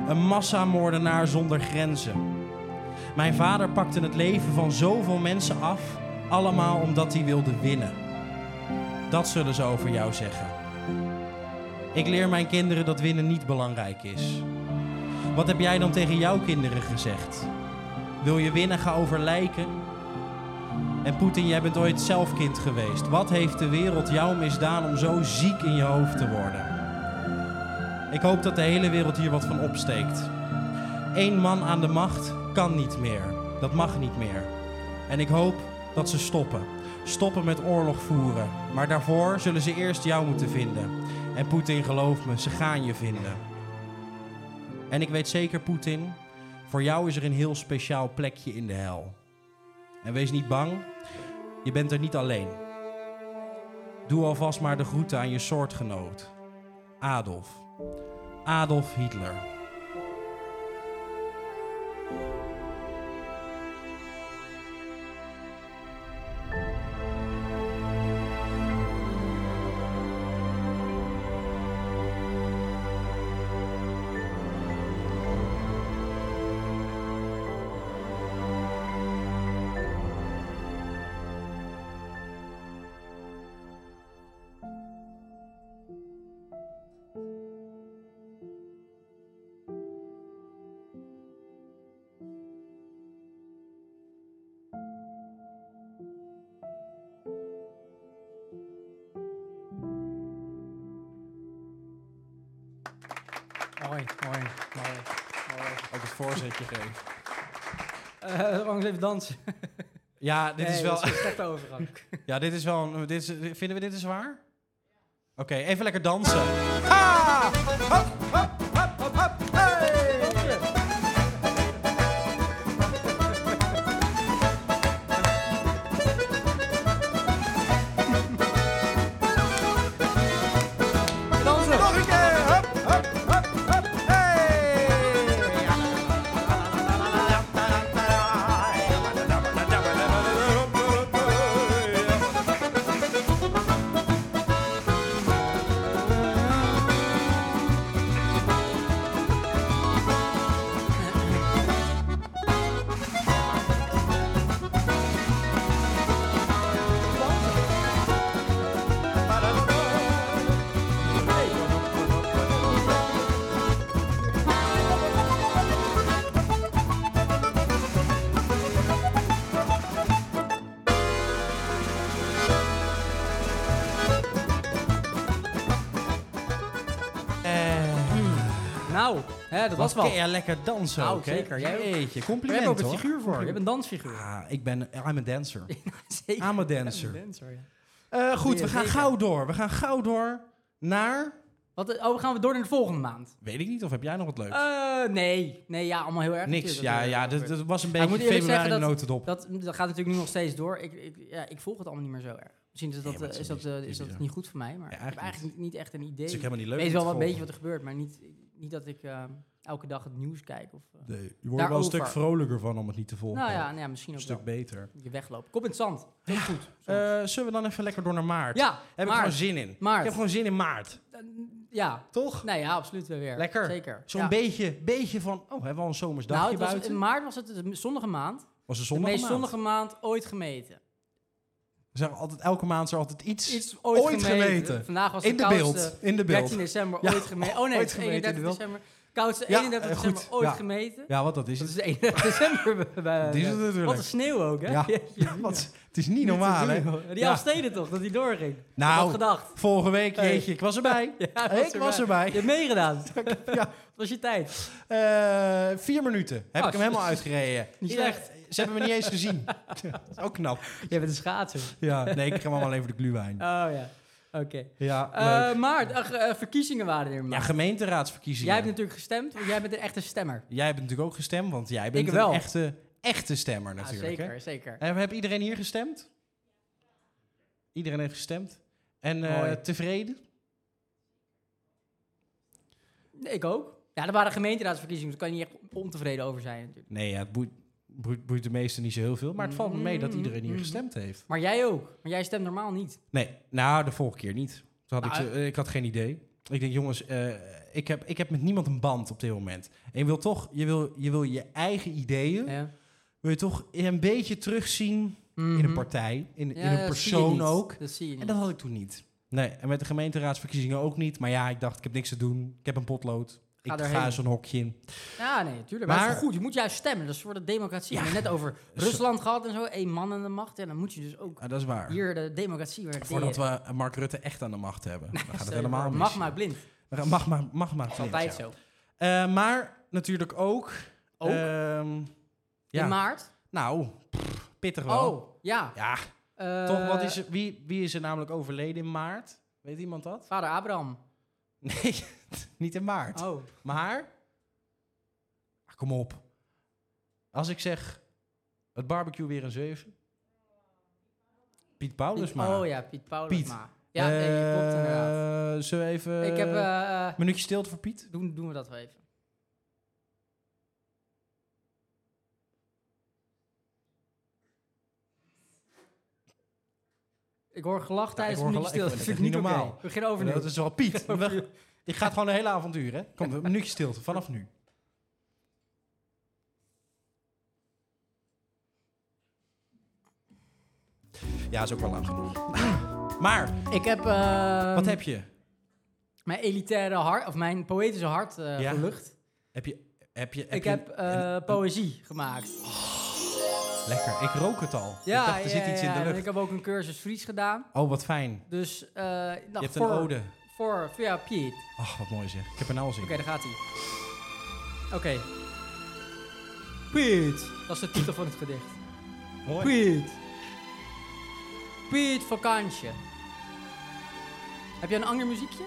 Speaker 3: Een massamoordenaar zonder grenzen. Mijn vader pakte het leven van zoveel mensen af, allemaal omdat hij wilde winnen. Dat zullen ze over jou zeggen. Ik leer mijn kinderen dat winnen niet belangrijk is. Wat heb jij dan tegen jouw kinderen gezegd? Wil je winnen, ga over lijken? En Poetin, jij bent ooit zelf kind geweest. Wat heeft de wereld jou misdaan om zo ziek in je hoofd te worden? Ik hoop dat de hele wereld hier wat van opsteekt. Eén man aan de macht kan niet meer. Dat mag niet meer. En ik hoop dat ze stoppen. Stoppen met oorlog voeren. Maar daarvoor zullen ze eerst jou moeten vinden. En Poetin, geloof me, ze gaan je vinden. En ik weet zeker, Poetin, voor jou is er een heel speciaal plekje in de hel. En wees niet bang, je bent er niet alleen. Doe alvast maar de groeten aan je soortgenoot, Adolf. Adolf Hitler.
Speaker 2: Mooi, mooi, mooi. mooi.
Speaker 3: Ook het voorzetje geven.
Speaker 2: Eh, lang even dansen.
Speaker 3: Ja, dit is
Speaker 2: Nee,
Speaker 3: wel.
Speaker 2: dat een slechte overgang.
Speaker 3: Ja, dit is wel. Een, dit is, vinden we dit is waar? Oké, even lekker dansen. Ah! Hop, hop, hop, hop, hop. Hey!
Speaker 2: dansen!
Speaker 3: Nog een keer. Hop, hop, hop, hop. Hey! Eh,
Speaker 2: Nou, hè, dat was
Speaker 3: wat
Speaker 2: wat.
Speaker 3: kun jij lekker dansen
Speaker 2: Nou,
Speaker 3: ook, hè?
Speaker 2: zeker. Jij ook.
Speaker 3: Jeetje,
Speaker 2: We hebben
Speaker 3: compliment
Speaker 2: ook een
Speaker 3: hoor.
Speaker 2: figuur voor. Je hebt een dansfiguur.
Speaker 3: Ah, ik ben... I'm a dancer.
Speaker 2: Zeker.
Speaker 3: I'm a
Speaker 2: Ja,
Speaker 3: dancer.
Speaker 2: een dancer, ja.
Speaker 3: Eh, goed,
Speaker 2: Ja,
Speaker 3: we gaan
Speaker 2: zeker.
Speaker 3: gauw door. We gaan gauw door naar...
Speaker 2: Wat, eh, oh, gaan we door naar de volgende maand?
Speaker 3: Weet ik niet, of heb jij nog wat leuks?
Speaker 2: Eh, nee. Nee, ja, allemaal heel erg.
Speaker 3: Niks.
Speaker 2: natuurlijk. Eh,
Speaker 3: Ja, ja, dat, dat was een beetje
Speaker 2: moet eerlijk
Speaker 3: februari
Speaker 2: zeggen dat-
Speaker 3: notendop.
Speaker 2: Dat, dat gaat natuurlijk nu nog steeds door. Ik, ik, ja, ik volg het allemaal niet meer zo erg. Misschien is dat,
Speaker 3: Nee, maar
Speaker 2: eh,
Speaker 3: het
Speaker 2: is
Speaker 3: is
Speaker 2: dat,
Speaker 3: niet-
Speaker 2: eh,
Speaker 3: het is
Speaker 2: is
Speaker 3: niet
Speaker 2: dat
Speaker 3: zo.
Speaker 2: niet goed voor mij. Maar
Speaker 3: Ja,
Speaker 2: ik heb
Speaker 3: eigenlijk Dus
Speaker 2: eigenlijk niet echt een idee.
Speaker 3: is
Speaker 2: Ik
Speaker 3: ook helemaal niet leuk.
Speaker 2: weet
Speaker 3: om
Speaker 2: wel
Speaker 3: te
Speaker 2: wat een beetje wat
Speaker 3: volgen.
Speaker 2: er gebeurt, maar niet, niet dat ik eh, elke dag het nieuws kijk. Of, eh,
Speaker 3: Nee, je wordt er wel een stuk
Speaker 2: daarover.
Speaker 3: vrolijker van om het niet te volgen.
Speaker 2: nou ja, nou ja, misschien
Speaker 3: een
Speaker 2: ook
Speaker 3: stuk
Speaker 2: wel.
Speaker 3: beter.
Speaker 2: Je wegloopt. Kop in het zand. Heel goed.
Speaker 3: Eh, zullen we dan even lekker door naar maart?
Speaker 2: ja,
Speaker 3: Heb ik
Speaker 2: maar,
Speaker 3: gewoon zin in.
Speaker 2: maart.
Speaker 3: Ik heb gewoon zin in maart.
Speaker 2: ja,
Speaker 3: Toch?
Speaker 2: nou ja, absoluut wel weer.
Speaker 3: Lekker.
Speaker 2: Zeker.
Speaker 3: Zo'n
Speaker 2: ja.
Speaker 3: beetje, beetje van, oh, hebben we al een zomersdagje
Speaker 2: Nou, het was-
Speaker 3: buiten?
Speaker 2: in maart was het de zonnige maand.
Speaker 3: was een
Speaker 2: De
Speaker 3: zonnige
Speaker 2: meest
Speaker 3: maand.
Speaker 2: zonnige maand ooit gemeten.
Speaker 3: We zeggen altijd, elke maand is er altijd iets,
Speaker 2: Iets ooit,
Speaker 3: ooit
Speaker 2: gemeten.
Speaker 3: gemeten.
Speaker 2: Vandaag was
Speaker 3: In
Speaker 2: de
Speaker 3: de
Speaker 2: koudste.
Speaker 3: beeld. In de beeld.
Speaker 2: 13 december
Speaker 3: Ja,
Speaker 2: ooit gemeten. Oh nee,
Speaker 3: ooit
Speaker 2: het is
Speaker 3: gemeten in de
Speaker 2: 31
Speaker 3: beeld.
Speaker 2: december. Koudste
Speaker 3: Ja,
Speaker 2: 31
Speaker 3: eh,
Speaker 2: december
Speaker 3: goed,
Speaker 2: ooit
Speaker 3: ja.
Speaker 2: gemeten.
Speaker 3: Ja, want dat is
Speaker 2: Dat is
Speaker 3: het.
Speaker 2: 31 december. bij- bij-
Speaker 3: Dat is het natuurlijk.
Speaker 2: Wat een sneeuw ook, hè?
Speaker 3: Ja.
Speaker 2: Jeetje,
Speaker 3: Want het is niet normaal, hè?
Speaker 2: Die
Speaker 3: Ja.
Speaker 2: Elfsteden toch, dat die doorging.
Speaker 3: Nou.
Speaker 2: Ik had gedacht.
Speaker 3: Vorige week,
Speaker 2: Hey.
Speaker 3: jeetje, ik was erbij.
Speaker 2: Ja, dat
Speaker 3: ik was
Speaker 2: Je
Speaker 3: erbij.
Speaker 2: hebt meegedaan.
Speaker 3: Ja.
Speaker 2: Dat was je tijd.
Speaker 3: Eh, vier minuten heb
Speaker 2: Oh,
Speaker 3: ik hem helemaal
Speaker 2: shit.
Speaker 3: uitgereden.
Speaker 2: Niet
Speaker 3: Iedereen-
Speaker 2: slecht.
Speaker 3: Ze hebben me niet eens gezien. Dat is ook knap.
Speaker 2: Jij bent een schaatser.
Speaker 3: Ja, nee, ik ga hem alleen voor de gluwijn.
Speaker 2: Oh ja, oké.
Speaker 3: Ja,
Speaker 2: Eh,
Speaker 3: leuk.
Speaker 2: maar ach, eh, verkiezingen waren er.
Speaker 3: ja,
Speaker 2: Maar.
Speaker 3: gemeenteraadsverkiezingen.
Speaker 2: jij hebt natuurlijk gestemd, want jij bent een echte stemmer.
Speaker 3: Jij hebt natuurlijk ook gestemd, want jij bent
Speaker 2: Ik wel.
Speaker 3: een echte, echte stemmer
Speaker 2: Ja,
Speaker 3: natuurlijk.
Speaker 2: zeker, zeker.
Speaker 3: Hè? En heb iedereen hier gestemd? Iedereen heeft gestemd. En eh,
Speaker 2: Mooi.
Speaker 3: tevreden?
Speaker 2: Nee, Ik ook. Ja, er waren gemeenteraadsverkiezingen, dus daar kan je niet echt ontevreden over zijn natuurlijk.
Speaker 3: Nee, ja, het boeit, boeit, boeit de meesten niet zo heel veel. Maar het valt me mee dat iedereen hier
Speaker 2: Mhm.
Speaker 3: gestemd heeft.
Speaker 2: Maar jij ook. Maar jij stemt normaal niet.
Speaker 3: Nee, nou, de vorige keer niet. Toen had
Speaker 2: Nou,
Speaker 3: ik, eh, ik had geen idee. Ik denk, jongens, eh, ik, heb, ik heb met niemand een band op dit moment. En je wil toch, je wil je, wil je eigen ideeën,
Speaker 2: Ja.
Speaker 3: wil je toch een beetje terugzien in een
Speaker 2: Mhm.
Speaker 3: partij, in,
Speaker 2: Ja,
Speaker 3: in een
Speaker 2: dat zie je
Speaker 3: persoon
Speaker 2: niet.
Speaker 3: ook.
Speaker 2: Dat zie je niet.
Speaker 3: En dat had ik toen niet. Nee, en met de gemeenteraadsverkiezingen ook niet. Maar ja, ik dacht, ik heb niks te doen. Ik heb een potlood.
Speaker 2: Ga
Speaker 3: ik
Speaker 2: daarheen.
Speaker 3: ga zo'n hokje in.
Speaker 2: Ja, nee, natuurlijk. Maar, het is
Speaker 3: Maar- Dus-
Speaker 2: goed, je moet juist stemmen. Dat is voor de democratie. We hebben net over Rusland gehad en zo. één man aan de macht. En dan moet je dus ook
Speaker 3: Ah, dat is waar.
Speaker 2: hier de democratie weer
Speaker 3: Voordat we Mark Rutte echt aan de macht hebben. Dan gaat het helemaal mis.
Speaker 2: Mag maar blind.
Speaker 3: Dan gaat- Mag maar, mag maar.
Speaker 2: Dat is
Speaker 3: blind,
Speaker 2: altijd
Speaker 3: ja.
Speaker 2: zo.
Speaker 3: Eh, maar natuurlijk ook...
Speaker 2: Ook?
Speaker 3: ehm, ja.
Speaker 2: In maart?
Speaker 3: Nou, pff, pittig wel.
Speaker 2: Oh, ja.
Speaker 3: Ja,
Speaker 2: Eh,
Speaker 3: toch. Wat is er, wie, wie is er namelijk overleden in maart? Weet iemand dat?
Speaker 2: Vader Abraham.
Speaker 3: Nee, niet in maart.
Speaker 2: Oh.
Speaker 3: Maar, ah, kom op. Als ik zeg, het barbecue weer een 7. Piet Paulus maar.
Speaker 2: Oh ja, Piet Paulus
Speaker 3: Piet.
Speaker 2: maar. Ja, nee, klopt inderdaad.
Speaker 3: Eh, Zullen we even...
Speaker 2: Ik heb... eh, eh,
Speaker 3: een minuutje stilte voor Piet?
Speaker 2: doen, doen we dat wel even. Ik hoor gelach tijdens
Speaker 3: ik
Speaker 2: een
Speaker 3: hoor
Speaker 2: minuutje stilte. Dat
Speaker 3: gelach. Ik vind
Speaker 2: vind ik niet
Speaker 3: het niet
Speaker 2: normaal.
Speaker 3: normaal.
Speaker 2: Begin overnieuw.
Speaker 3: Dat is wel Piet.
Speaker 2: Overnieuw.
Speaker 3: We- Dit gaat gewoon een hele avond duren, hè? Kom, een minuutje stilte, vanaf nu. Ja, is ook wel lang genoeg. Maar,
Speaker 2: Ik heb eh,
Speaker 3: wat heb je?
Speaker 2: mijn elitaire hart, of mijn poëtische hart eh
Speaker 3: Ja.
Speaker 2: gelucht.
Speaker 3: Heb je... Heb je heb
Speaker 2: Ik
Speaker 3: je
Speaker 2: heb
Speaker 3: een-
Speaker 2: eh, poëzie gemaakt.
Speaker 3: Lekker, ik rook het al. ik dacht, er zit iets
Speaker 2: ja,
Speaker 3: in de
Speaker 2: en
Speaker 3: lucht.
Speaker 2: Ik heb ook een cursus Fries gedaan.
Speaker 3: Oh, wat fijn.
Speaker 2: Dus eh, nou,
Speaker 3: Je hebt
Speaker 2: voor,
Speaker 3: een ode.
Speaker 2: Voor, voor ja, Piet.
Speaker 3: Ach, wat mooi zeg. Ik heb er nou al zin
Speaker 2: Oké,
Speaker 3: in.
Speaker 2: daar gaat hij. Oké. Piet. Dat is de titel van het gedicht.
Speaker 3: Mooi.
Speaker 2: Piet. Piet vakantie. Heb jij een ander muziekje?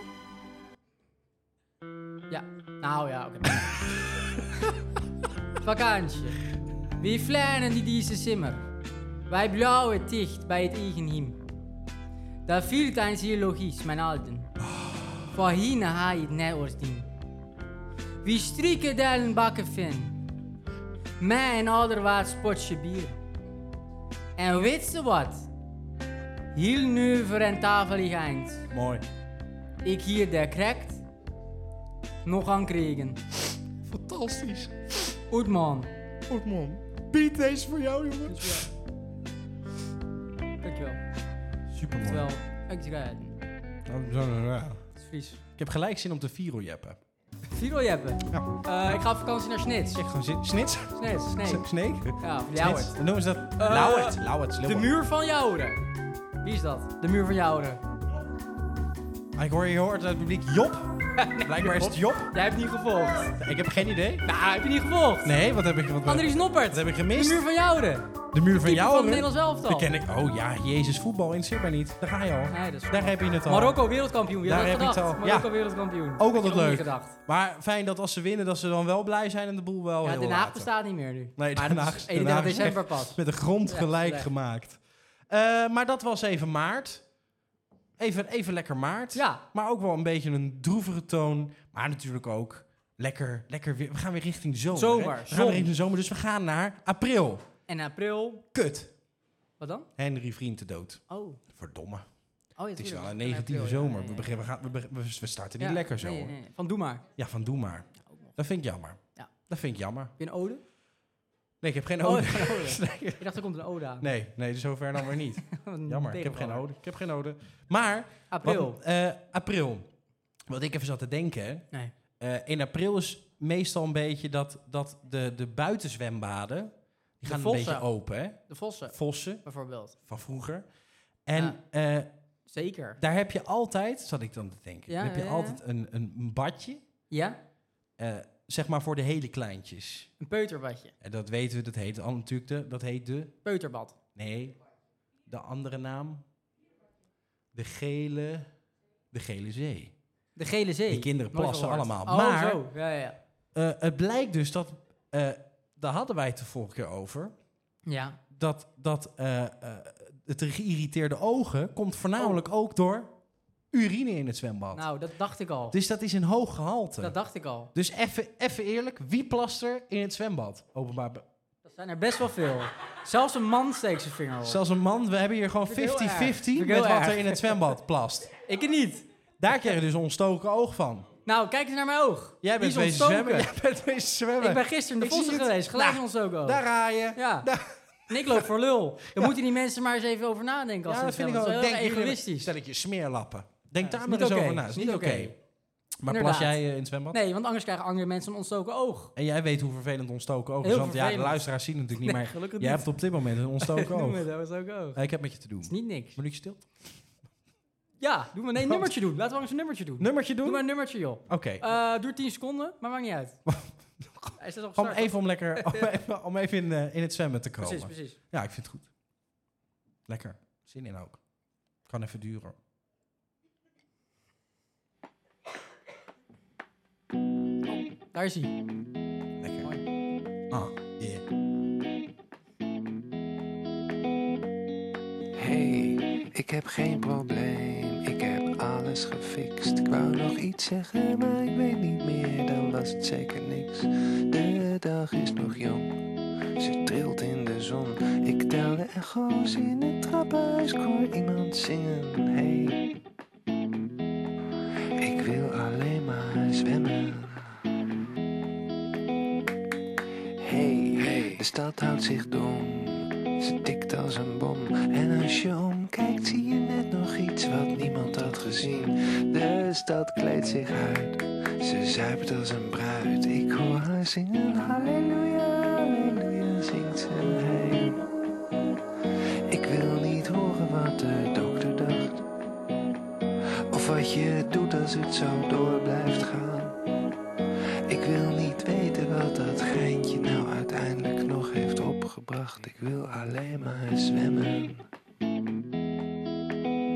Speaker 2: Ja. Nou ja, oké. vakantie. Wie flanen die deze simmer? Wij blauwen dicht bij het eigen him. Da fehlt ein sehr logisch, mein Alten. Vorhin habe ich nicht ordin. Wie strikken delen bakken fin. Mijn ouderwaarts potje bier. En weet ze wat? Heel nu voor een tafel ik eind.
Speaker 3: Mooi.
Speaker 2: Ik hier de krekt. Nog aan kregen.
Speaker 3: Fantastisch.
Speaker 2: Goed man.
Speaker 3: Goed man. Piet, deze is voor jou, jongen.
Speaker 2: Dankjewel.
Speaker 3: Super
Speaker 2: Terwijl,
Speaker 3: mooi.
Speaker 2: ik rijden. Het is Fries.
Speaker 3: Ik heb gelijk zin om te viro-jappen.
Speaker 2: Viro jeppen. Eh, ik ga op vakantie naar Snits. Zeg,
Speaker 3: Gewoon zin. Snits?
Speaker 2: Snits, Snits.
Speaker 3: Sneek?
Speaker 2: Ja, of
Speaker 3: Snits.
Speaker 2: Ljouwert.
Speaker 3: Dan noemen ze dat. Lauwert. Lauwert.
Speaker 2: De muur van Jouren. Wie is dat? De muur van Jouren.
Speaker 3: Ik hoor je hoort uit het publiek Job. Blijkbaar is het Job.
Speaker 2: Jij hebt niet gevolgd.
Speaker 3: Ik heb geen idee.
Speaker 2: Nou, heb je niet gevolgd?
Speaker 3: Nee, wat heb ik... Wat,
Speaker 2: Andries Noppert.
Speaker 3: Wat heb ik
Speaker 2: De
Speaker 3: gemist?
Speaker 2: muur van Jouren.
Speaker 3: De muur van
Speaker 2: Keeper
Speaker 3: jou.
Speaker 2: van het Nederlands elftal.
Speaker 3: Die ken ik. Oh ja, Jezus, voetbal interesseert mij niet. Daar ga je al.
Speaker 2: Nee, dat is
Speaker 3: Daar heb je het al.
Speaker 2: Marokko wereldkampioen. Wie had
Speaker 3: Daar
Speaker 2: dat
Speaker 3: heb ik
Speaker 2: gedacht?
Speaker 3: het al. Ja.
Speaker 2: Marokko wereldkampioen.
Speaker 3: Ook altijd
Speaker 2: Had ik niet
Speaker 3: leuk.
Speaker 2: gedacht.
Speaker 3: Maar fijn dat als ze winnen, dat ze dan wel blij zijn en de boel wel
Speaker 2: Ja,
Speaker 3: heel
Speaker 2: Den Haag
Speaker 3: laten.
Speaker 2: bestaat niet meer nu.
Speaker 3: Nee,
Speaker 2: Maar
Speaker 3: Den
Speaker 2: dat
Speaker 3: Haag-
Speaker 2: is
Speaker 3: Den
Speaker 2: 31
Speaker 3: Haag is
Speaker 2: december pas.
Speaker 3: Met de grond
Speaker 2: Ja,
Speaker 3: gelijk
Speaker 2: terecht.
Speaker 3: gemaakt. Eh, maar dat was even maart. Even, even lekker maart.
Speaker 2: Ja.
Speaker 3: Maar ook wel een beetje een droevige toon. Maar natuurlijk ook lekker, lekker weer. We gaan weer richting zomer. hè?
Speaker 2: Zomer,
Speaker 3: We gaan
Speaker 2: zon.
Speaker 3: weer richting zomer, dus we gaan naar april.
Speaker 2: En april.
Speaker 3: Kut.
Speaker 2: Wat dan?
Speaker 3: Henry Vriend te dood.
Speaker 2: Oh.
Speaker 3: Verdomme.
Speaker 2: Oh,
Speaker 3: Het is wel een negatieve zomer. We, beginnen, we, gaan, we, beginnen- we- we starten niet lekker zo. hoor.
Speaker 2: Van doe maar.
Speaker 3: Ja, van doe maar.
Speaker 2: ook nog.
Speaker 3: Dat vind ik jammer.
Speaker 2: Ja.
Speaker 3: Dat vind ik jammer.
Speaker 2: Heb je een ode?
Speaker 3: Nee, ik heb geen
Speaker 2: Oh,
Speaker 3: ode.
Speaker 2: geen ode.
Speaker 3: Nee.
Speaker 2: Ik dacht, er komt een ode aan.
Speaker 3: nee, nee, zover dan weer niet.
Speaker 2: Een
Speaker 3: Jammer, ik heb geen
Speaker 2: tegenvaller.
Speaker 3: ode. Ik heb geen ode. Maar,
Speaker 2: April.
Speaker 3: Wat, eh, april. Wat ik even zat te denken,
Speaker 2: Nee.
Speaker 3: eh, in april is meestal een beetje dat, dat de, de buitenzwembaden...
Speaker 2: De
Speaker 3: die gaan een
Speaker 2: vossen.
Speaker 3: beetje open, hè?
Speaker 2: De vossen,
Speaker 3: Vossen
Speaker 2: bijvoorbeeld.
Speaker 3: van vroeger. En eh,
Speaker 2: Zeker.
Speaker 3: daar heb je altijd, zat ik dan te denken...
Speaker 2: Ja,
Speaker 3: dan heb je
Speaker 2: ja, ja.
Speaker 3: altijd een, een badje,
Speaker 2: Ja,
Speaker 3: eh, zeg maar voor de hele kleintjes.
Speaker 2: een peuterbadje.
Speaker 3: En dat weten we, dat heet al natuurlijk de... Dat heet de
Speaker 2: Peuterbad.
Speaker 3: Nee, de andere naam. De gele, de gele zee.
Speaker 2: De Gele Zee.
Speaker 3: Die kinderen
Speaker 2: Nooit
Speaker 3: plassen
Speaker 2: gehoord.
Speaker 3: allemaal.
Speaker 2: Oh,
Speaker 3: Maar-
Speaker 2: zo. Ja, ja.
Speaker 3: Eh, het blijkt dus dat, eh, daar hadden wij het de vorige keer over,
Speaker 2: Ja,
Speaker 3: dat, dat eh, eh, het geïrriteerde ogen komt voornamelijk ook door urine in het zwembad.
Speaker 2: nou, dat dacht ik al.
Speaker 3: Dus dat is een hoog gehalte.
Speaker 2: Dat dacht ik al.
Speaker 3: dus even eerlijk, wie plast er in het zwembad? Openbaar. be-
Speaker 2: Dat zijn er best wel veel. Zelfs een man steekt zijn vinger op.
Speaker 3: Zelfs een man, we hebben hier gewoon 50-50
Speaker 2: Vind ik heel erg. Vind ik
Speaker 3: met
Speaker 2: heel
Speaker 3: wat
Speaker 2: erg.
Speaker 3: er in het zwembad plast.
Speaker 2: Ik niet.
Speaker 3: Daar krijg je dus een ontstoken oog van.
Speaker 2: Nou, kijk eens naar mijn oog.
Speaker 3: Jij
Speaker 2: Die
Speaker 3: bent
Speaker 2: is
Speaker 3: bezig
Speaker 2: ontstoken.
Speaker 3: zwemmen. Jij bent bezig zwemmen.
Speaker 2: Ik ben gisteren in
Speaker 3: Ik
Speaker 2: de
Speaker 3: zie
Speaker 2: vossen
Speaker 3: het.
Speaker 2: geweest. Gelijk
Speaker 3: Nou,
Speaker 2: ons ook al.
Speaker 3: Daar raai je.
Speaker 2: Ja. En ik loop voor lul. Daar moeten die mensen maar eens even over nadenken. Als ze
Speaker 3: Ja, dat
Speaker 2: het
Speaker 3: vind ik
Speaker 2: hebben.
Speaker 3: wel.
Speaker 2: Dat
Speaker 3: Ik
Speaker 2: is heel
Speaker 3: Denk
Speaker 2: erg egoïstisch.
Speaker 3: Stel ik je smeerlappen. Denk
Speaker 2: Ja,
Speaker 3: daar
Speaker 2: is
Speaker 3: maar
Speaker 2: niet
Speaker 3: eens over
Speaker 2: oké.
Speaker 3: na. Is niet oké. Maar
Speaker 2: Inderdaad.
Speaker 3: plas jij eh, in het zwembad?
Speaker 2: Nee, want anders krijgen andere mensen een ontstoken oog.
Speaker 3: En jij weet hoe vervelend ontstoken oog is.
Speaker 2: Heel
Speaker 3: Want ja, de
Speaker 2: vervelend.
Speaker 3: luisteraars zien het natuurlijk niet.
Speaker 2: Nee,
Speaker 3: Maar
Speaker 2: gelukkig
Speaker 3: jij
Speaker 2: niet.
Speaker 3: hebt op dit moment een ontstoken oog.
Speaker 2: Dat ontstoken oog.
Speaker 3: Eh, Ik heb met je te doen.
Speaker 2: is niet niks.
Speaker 3: Minuutje stil.
Speaker 2: Ja, doe maar nee, een
Speaker 3: Wat?
Speaker 2: nummertje doen. Laten we eens een nummertje doen.
Speaker 3: Nummertje
Speaker 2: Doe maar
Speaker 3: doen?
Speaker 2: een nummertje, joh.
Speaker 3: Oké.
Speaker 2: Eh duurt 10 seconden, maar maakt niet uit. Hij staat op
Speaker 3: Gewoon
Speaker 2: start.
Speaker 3: even om lekker om even, om even in, eh, in het zwemmen te komen.
Speaker 2: Precies, precies.
Speaker 3: Ja, ik vind het goed. Lekker. Zin in ook. Kan even duren.
Speaker 2: Daar is hij.
Speaker 3: Lekker.
Speaker 2: Mooi.
Speaker 3: Ah, yeah.
Speaker 6: Hey, ik heb geen probleem, ik heb alles gefixt. Ik wou nog iets zeggen, maar ik weet niet meer, dan was het zeker niks. De dag is nog jong, ze trilt in de zon. Ik tel de echo's in het trappenhuis, ik hoor iemand zingen. Hey, ik wil alleen maar zwemmen. Hey, de stad houdt zich dom. Ze tikt als een bom. En als je omkijkt, zie je net nog iets wat niemand had gezien. De stad kleedt zich uit. Ze zuipt als een bruid. Ik hoor haar zingen. Halleluja, halleluja, zingt ze heen. Ik wil niet horen wat de dokter dacht. Of wat je doet als het zo door blijft gaan. Ik wil niet weten wat dat geintje nou uiteindelijk nog heeft opgebracht. Ik wil alleen maar zwemmen.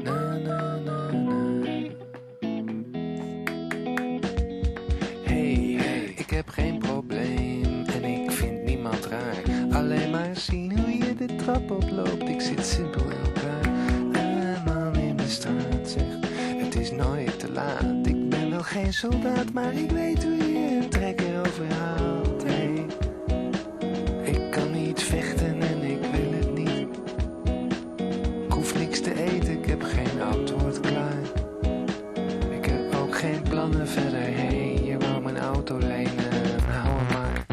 Speaker 6: Na na na na. Hey, hey, ik heb geen probleem en ik vind niemand raar. Alleen maar zien hoe je de trap oploopt. Ik zit simpel in elkaar. Een man in de straat zegt. Het is nooit te laat. Ik ben wel geen soldaat, maar ik weet hoe je een trekker overhaalt. Hey. Ik kan niet vechten en ik wil het niet. Ik hoef niks te eten, ik heb geen antwoord klaar. Ik heb ook geen plannen verder. Hey, je wou mijn auto lenen. Hou hem maar.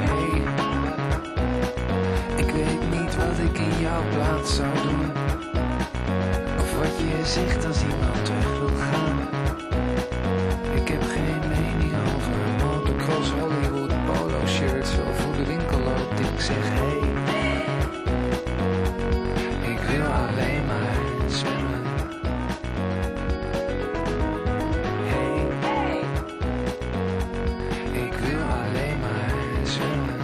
Speaker 6: Hey, ik weet niet wat ik in jouw plaats zou doen. Of wat je zegt als iemand weg wil gaan. Ik heb geen mening over motocross, Hollywood, polo shirts of hoe de winkel loopt. Ik zeg hey, ik wil alleen maar zwemmen. Hey. Ik wil alleen maar zwemmen.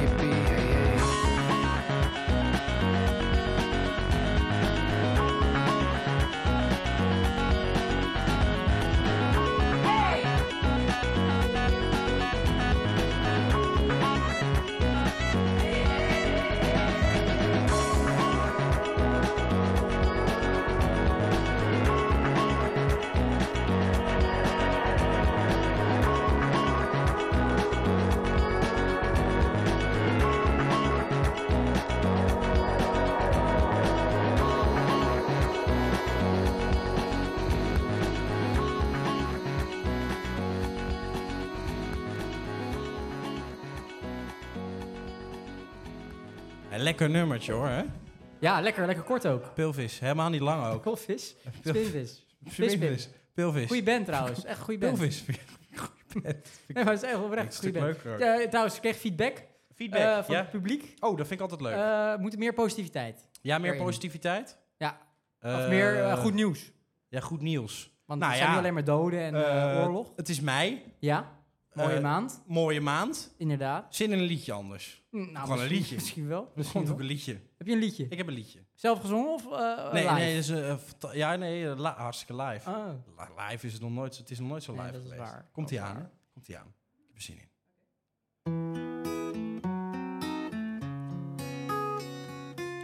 Speaker 6: Yippie, hey, hey.
Speaker 1: Een lekker nummertje hoor, hè?
Speaker 2: Ja, lekker, lekker kort ook.
Speaker 1: Pilvis, helemaal niet lang ook.
Speaker 2: Koolvis, spinvis.
Speaker 1: Pilvis. Pilvis.
Speaker 2: Goeie band trouwens, echt goeie band.
Speaker 1: Pilvis. Goeie band.
Speaker 2: Nee, maar het is echt
Speaker 1: Een
Speaker 2: oprecht een
Speaker 1: stuk
Speaker 2: goede band.
Speaker 1: leuker ook.
Speaker 2: Ja, trouwens, ik kreeg feedback,
Speaker 1: Feedback,
Speaker 2: eh, van
Speaker 1: ja?
Speaker 2: het publiek.
Speaker 1: Oh, dat vind ik altijd leuk.
Speaker 2: Eh moet meer positiviteit.
Speaker 1: ja, meer
Speaker 2: daarin.
Speaker 1: positiviteit.
Speaker 2: Ja.
Speaker 1: Eh,
Speaker 2: of meer eh, goed nieuws.
Speaker 1: Ja, goed nieuws.
Speaker 2: Want
Speaker 1: nou
Speaker 2: het zijn
Speaker 1: ja.
Speaker 2: niet alleen maar doden en eh,
Speaker 1: Eh,
Speaker 2: oorlog.
Speaker 1: Het is mei,
Speaker 2: Ja, mooie
Speaker 1: eh,
Speaker 2: maand,
Speaker 1: mooie maand.
Speaker 2: inderdaad.
Speaker 1: Zin in een liedje anders.
Speaker 2: Hm, Nou,
Speaker 1: gewoon een
Speaker 2: misschien-
Speaker 1: liedje.
Speaker 2: Misschien wel.
Speaker 1: Misschien
Speaker 2: Misschien
Speaker 1: ook
Speaker 2: wel.
Speaker 1: een liedje.
Speaker 2: Heb je een liedje?
Speaker 1: Ik heb een liedje.
Speaker 2: Zelf gezongen of eh
Speaker 1: Nee,
Speaker 2: live?
Speaker 1: nee, dat is, eh, fanta- ja, nee eh, li- hartstikke live.
Speaker 2: Ah.
Speaker 1: Li- Live is het nog nooit, zo- het is nog nooit zo
Speaker 2: Nee,
Speaker 1: live
Speaker 2: dat is
Speaker 1: geweest.
Speaker 2: waar.
Speaker 1: Komt
Speaker 2: Dat
Speaker 1: ie
Speaker 2: is
Speaker 1: aan,
Speaker 2: waar.
Speaker 1: hè? Komt ie aan. Ik heb er zin in.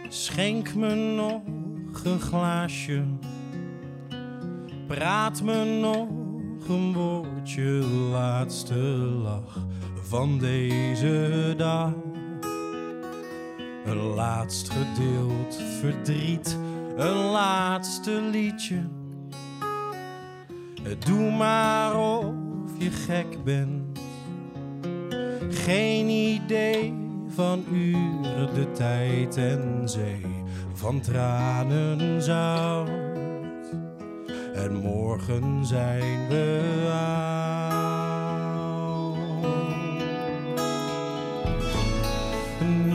Speaker 1: Schenk me nog een glaasje. Praat me nog een woordje. Laatste lach van deze dag. Een laatst gedeeld verdriet. Een laatste liedje. Doe maar of je gek bent. Geen idee van uren, de tijd en zee, van tranen zout. En morgen zijn we oud.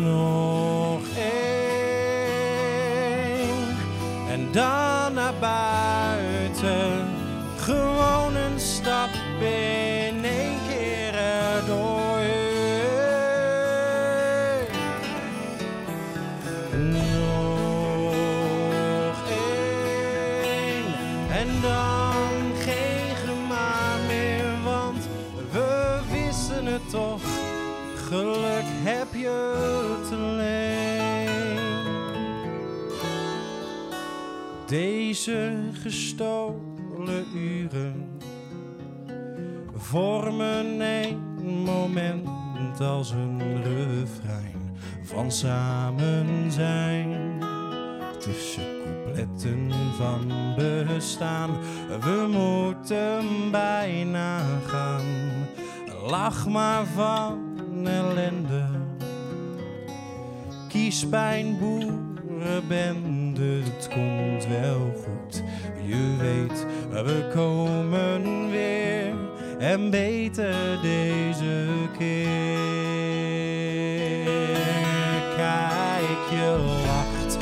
Speaker 1: Nog één en dan naar buiten. Gewoon een stap in één keer erdoorheen. Nog één en dan geen gemaar meer, want we wissen het toch. Geluk heb je te leen. Deze gestolen uren vormen een moment als een refrein van samen zijn. Tussen coupletten van bestaan, we moeten bijna gaan. Lach maar van ellende. Kiespijn, boerenbende, het komt wel goed. Je weet, we komen weer en beter deze keer. Kijk, je lacht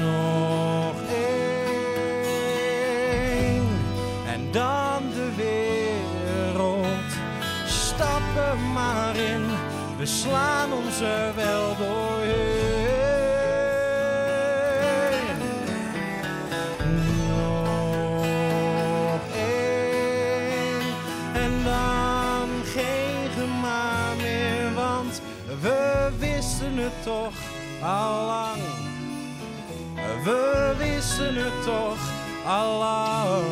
Speaker 1: nog één en dan de wereld. Stappen maar in, we slaan ons er wel doorheen. Nog één en dan geen gemaar meer, want we wisten het toch al lang. We wisten het toch al lang.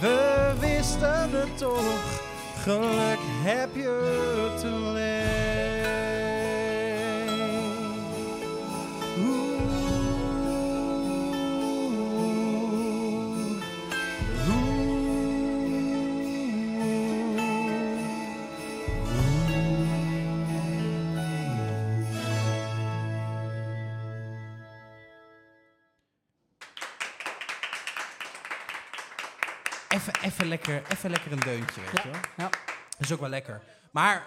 Speaker 1: We wisten het toch, geluk heb je te leen. Oeh. Even, even, lekker, even lekker een deuntje, weet je wel.
Speaker 2: Ja.
Speaker 1: Dat is ook wel lekker. Maar.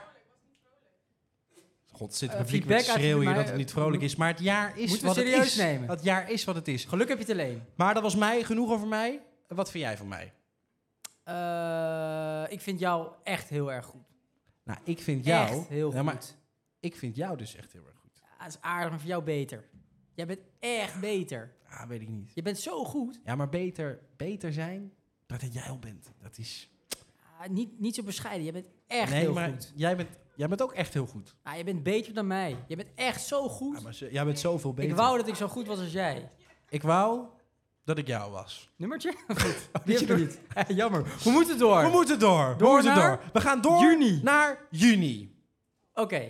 Speaker 1: God, zit het
Speaker 2: Eh,
Speaker 1: publiek
Speaker 2: feedback
Speaker 1: met schreeuwen hier
Speaker 2: uit-
Speaker 1: dat het niet vrolijk is. Maar het jaar is
Speaker 2: Moeten we
Speaker 1: wat het
Speaker 2: serieus
Speaker 1: is.
Speaker 2: nemen?
Speaker 1: Het jaar is wat het is.
Speaker 2: Geluk heb je te leen.
Speaker 1: Maar dat was mij, genoeg over mij. Wat vind jij van mij?
Speaker 2: Eh, ik vind jou echt heel erg goed.
Speaker 1: Nou, ik vind jou...
Speaker 2: Echt heel
Speaker 1: Ja, maar
Speaker 2: goed.
Speaker 1: ik vind jou dus echt heel erg goed.
Speaker 2: Ja, dat is aardig, maar voor jou beter. Jij bent echt beter.
Speaker 1: Ah, weet ik niet.
Speaker 2: Je bent zo goed.
Speaker 1: Ja, maar beter, beter zijn dat het jij al bent. Dat is...
Speaker 2: Ah, niet, niet zo bescheiden. Je bent echt
Speaker 1: nee,
Speaker 2: heel
Speaker 1: maar
Speaker 2: goed.
Speaker 1: Jij bent, jij bent ook echt heel goed.
Speaker 2: Ah, je bent beter dan mij. Je bent echt zo goed.
Speaker 3: Ah,
Speaker 1: Ja, maar ze- jij bent zoveel beter.
Speaker 2: ik wou dat ik zo goed was als jij.
Speaker 1: ik wou dat ik jou was.
Speaker 2: Nummertje? Goed. Die heb je niet. Eh, jammer. We moeten door.
Speaker 1: We moeten door.
Speaker 2: Door
Speaker 1: we moeten
Speaker 2: naar-
Speaker 1: door. We gaan door
Speaker 2: Juni.
Speaker 1: naar juni.
Speaker 2: Oké,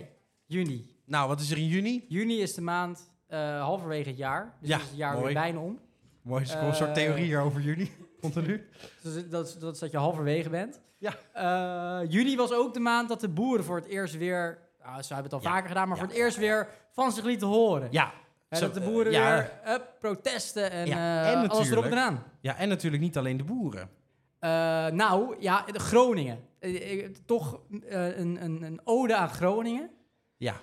Speaker 2: juni.
Speaker 1: Nou, wat is er in juni?
Speaker 2: Juni is de maand eh, halverwege het jaar. Dus
Speaker 1: Ja,
Speaker 2: is het jaar
Speaker 1: mooi.
Speaker 2: weer bijna om.
Speaker 1: Mooi, is
Speaker 2: gewoon een soort theorie
Speaker 1: hier over juni. Komt er nu?
Speaker 2: Dus dat, is, dat is dat je halverwege bent.
Speaker 1: Ja.
Speaker 2: Eh, juni was ook de maand dat de boeren voor het eerst weer ah, ze hebben het al
Speaker 3: Ja,
Speaker 2: vaker gedaan, maar
Speaker 3: ja.
Speaker 2: voor het eerst weer van zich lieten horen.
Speaker 3: Ja.
Speaker 2: Hè,
Speaker 3: Zo,
Speaker 2: dat de boeren
Speaker 3: eh, ja.
Speaker 2: weer hup, protesten en,
Speaker 3: Ja,
Speaker 2: eh,
Speaker 3: en
Speaker 2: alles erop en
Speaker 3: natuurlijk-
Speaker 2: eraan.
Speaker 3: Ja, en natuurlijk niet alleen de boeren.
Speaker 2: Eh, nou, ja, de Groningen. Eh, eh, toch eh, een, een, een ode aan Groningen.
Speaker 3: Ja.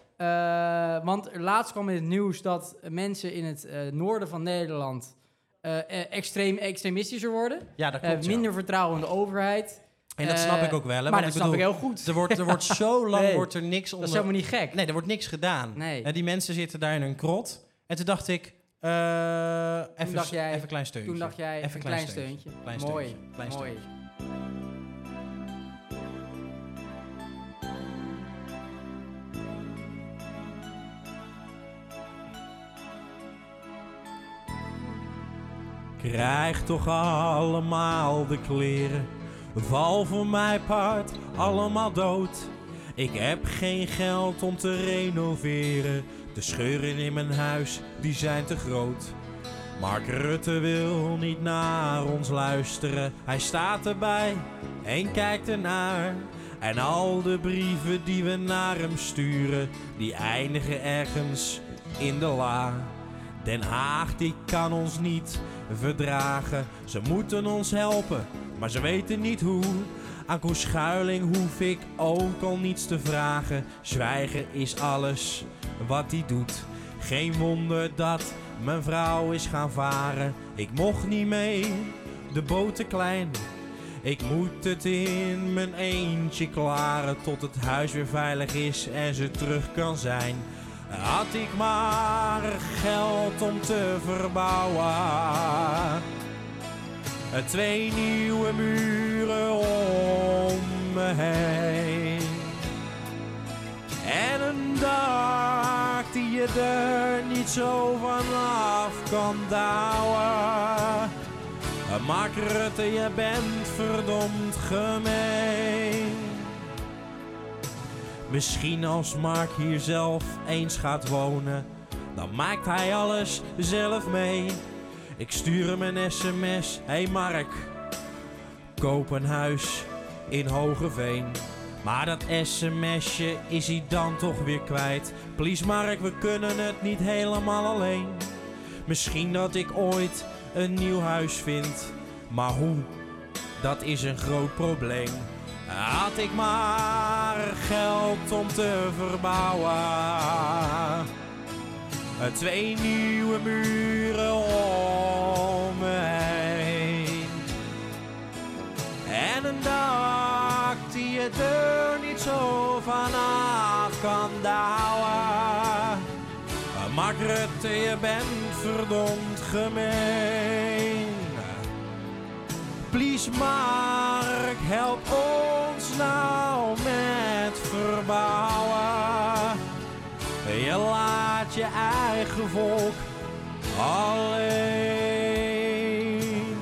Speaker 2: Eh, want er laatst kwam in het nieuws dat mensen in het eh, noorden van Nederland eh, eh, extreem extremistischer worden.
Speaker 3: Ja, dat
Speaker 2: Eh,
Speaker 3: klopt. ja.
Speaker 2: minder vertrouwen in de overheid.
Speaker 3: En dat snap
Speaker 2: eh,
Speaker 3: ik ook wel. Hè,
Speaker 2: maar
Speaker 3: want
Speaker 2: dat
Speaker 3: ik
Speaker 2: snap ik
Speaker 3: bedoel,
Speaker 2: heel goed.
Speaker 3: Er wordt, er wordt zo lang
Speaker 2: Nee.
Speaker 3: wordt er niks
Speaker 2: Dat
Speaker 3: onder...
Speaker 2: is helemaal niet gek.
Speaker 3: Nee, er wordt niks gedaan.
Speaker 2: Nee.
Speaker 3: En die mensen zitten daar in hun krot. En toen dacht ik, eh, even,
Speaker 2: dacht
Speaker 3: s-
Speaker 2: jij-
Speaker 3: even een klein steuntje.
Speaker 2: Toen dacht jij,
Speaker 3: Even
Speaker 2: een klein steuntje.
Speaker 3: Klein
Speaker 2: mooi,
Speaker 3: steuntje, klein
Speaker 2: mooi.
Speaker 1: Krijg toch allemaal de kleren. Val voor mijn part, allemaal dood. Ik heb geen geld om te renoveren. De scheuren in mijn huis, die zijn te groot. Mark Rutte wil niet naar ons luisteren. Hij staat erbij en kijkt ernaar. En al de brieven die we naar hem sturen, die eindigen ergens in de la. Den Haag die kan ons niet verdragen. Ze moeten ons helpen, maar ze weten niet hoe. Aan Koen Schuiling hoef ik ook al niets te vragen. Zwijgen is alles wat hij doet. Geen wonder dat mijn vrouw is gaan varen. Ik mocht niet mee, de boot te klein. Ik moet het in mijn eentje klaren tot het huis weer veilig is en ze terug kan zijn. Had ik maar geld om te verbouwen. Eh, Twee nieuwe muren om me heen. En een dak die je er niet zo vanaf kan douwen. Eh, Mark Rutte, je bent verdomd gemeen. Misschien als Mark hier zelf eens gaat wonen, dan maakt hij alles zelf mee. Ik stuur hem een sms, hey Mark, koop een huis in Hogeveen. Maar dat sms'je is hij dan toch weer kwijt. Please Mark, we kunnen het niet helemaal alleen. Misschien dat ik ooit een nieuw huis vind, maar hoe? Dat is een groot probleem. Had ik maar geld om te verbouwen. Eh, Twee nieuwe muren om me heen. En een dak die je er niet zo vanaf kan douwen. Eh, Mark Rutte, je bent verdomd gemeen. Please Mark, help ons nou met verbouwen. Je laat je eigen volk alleen.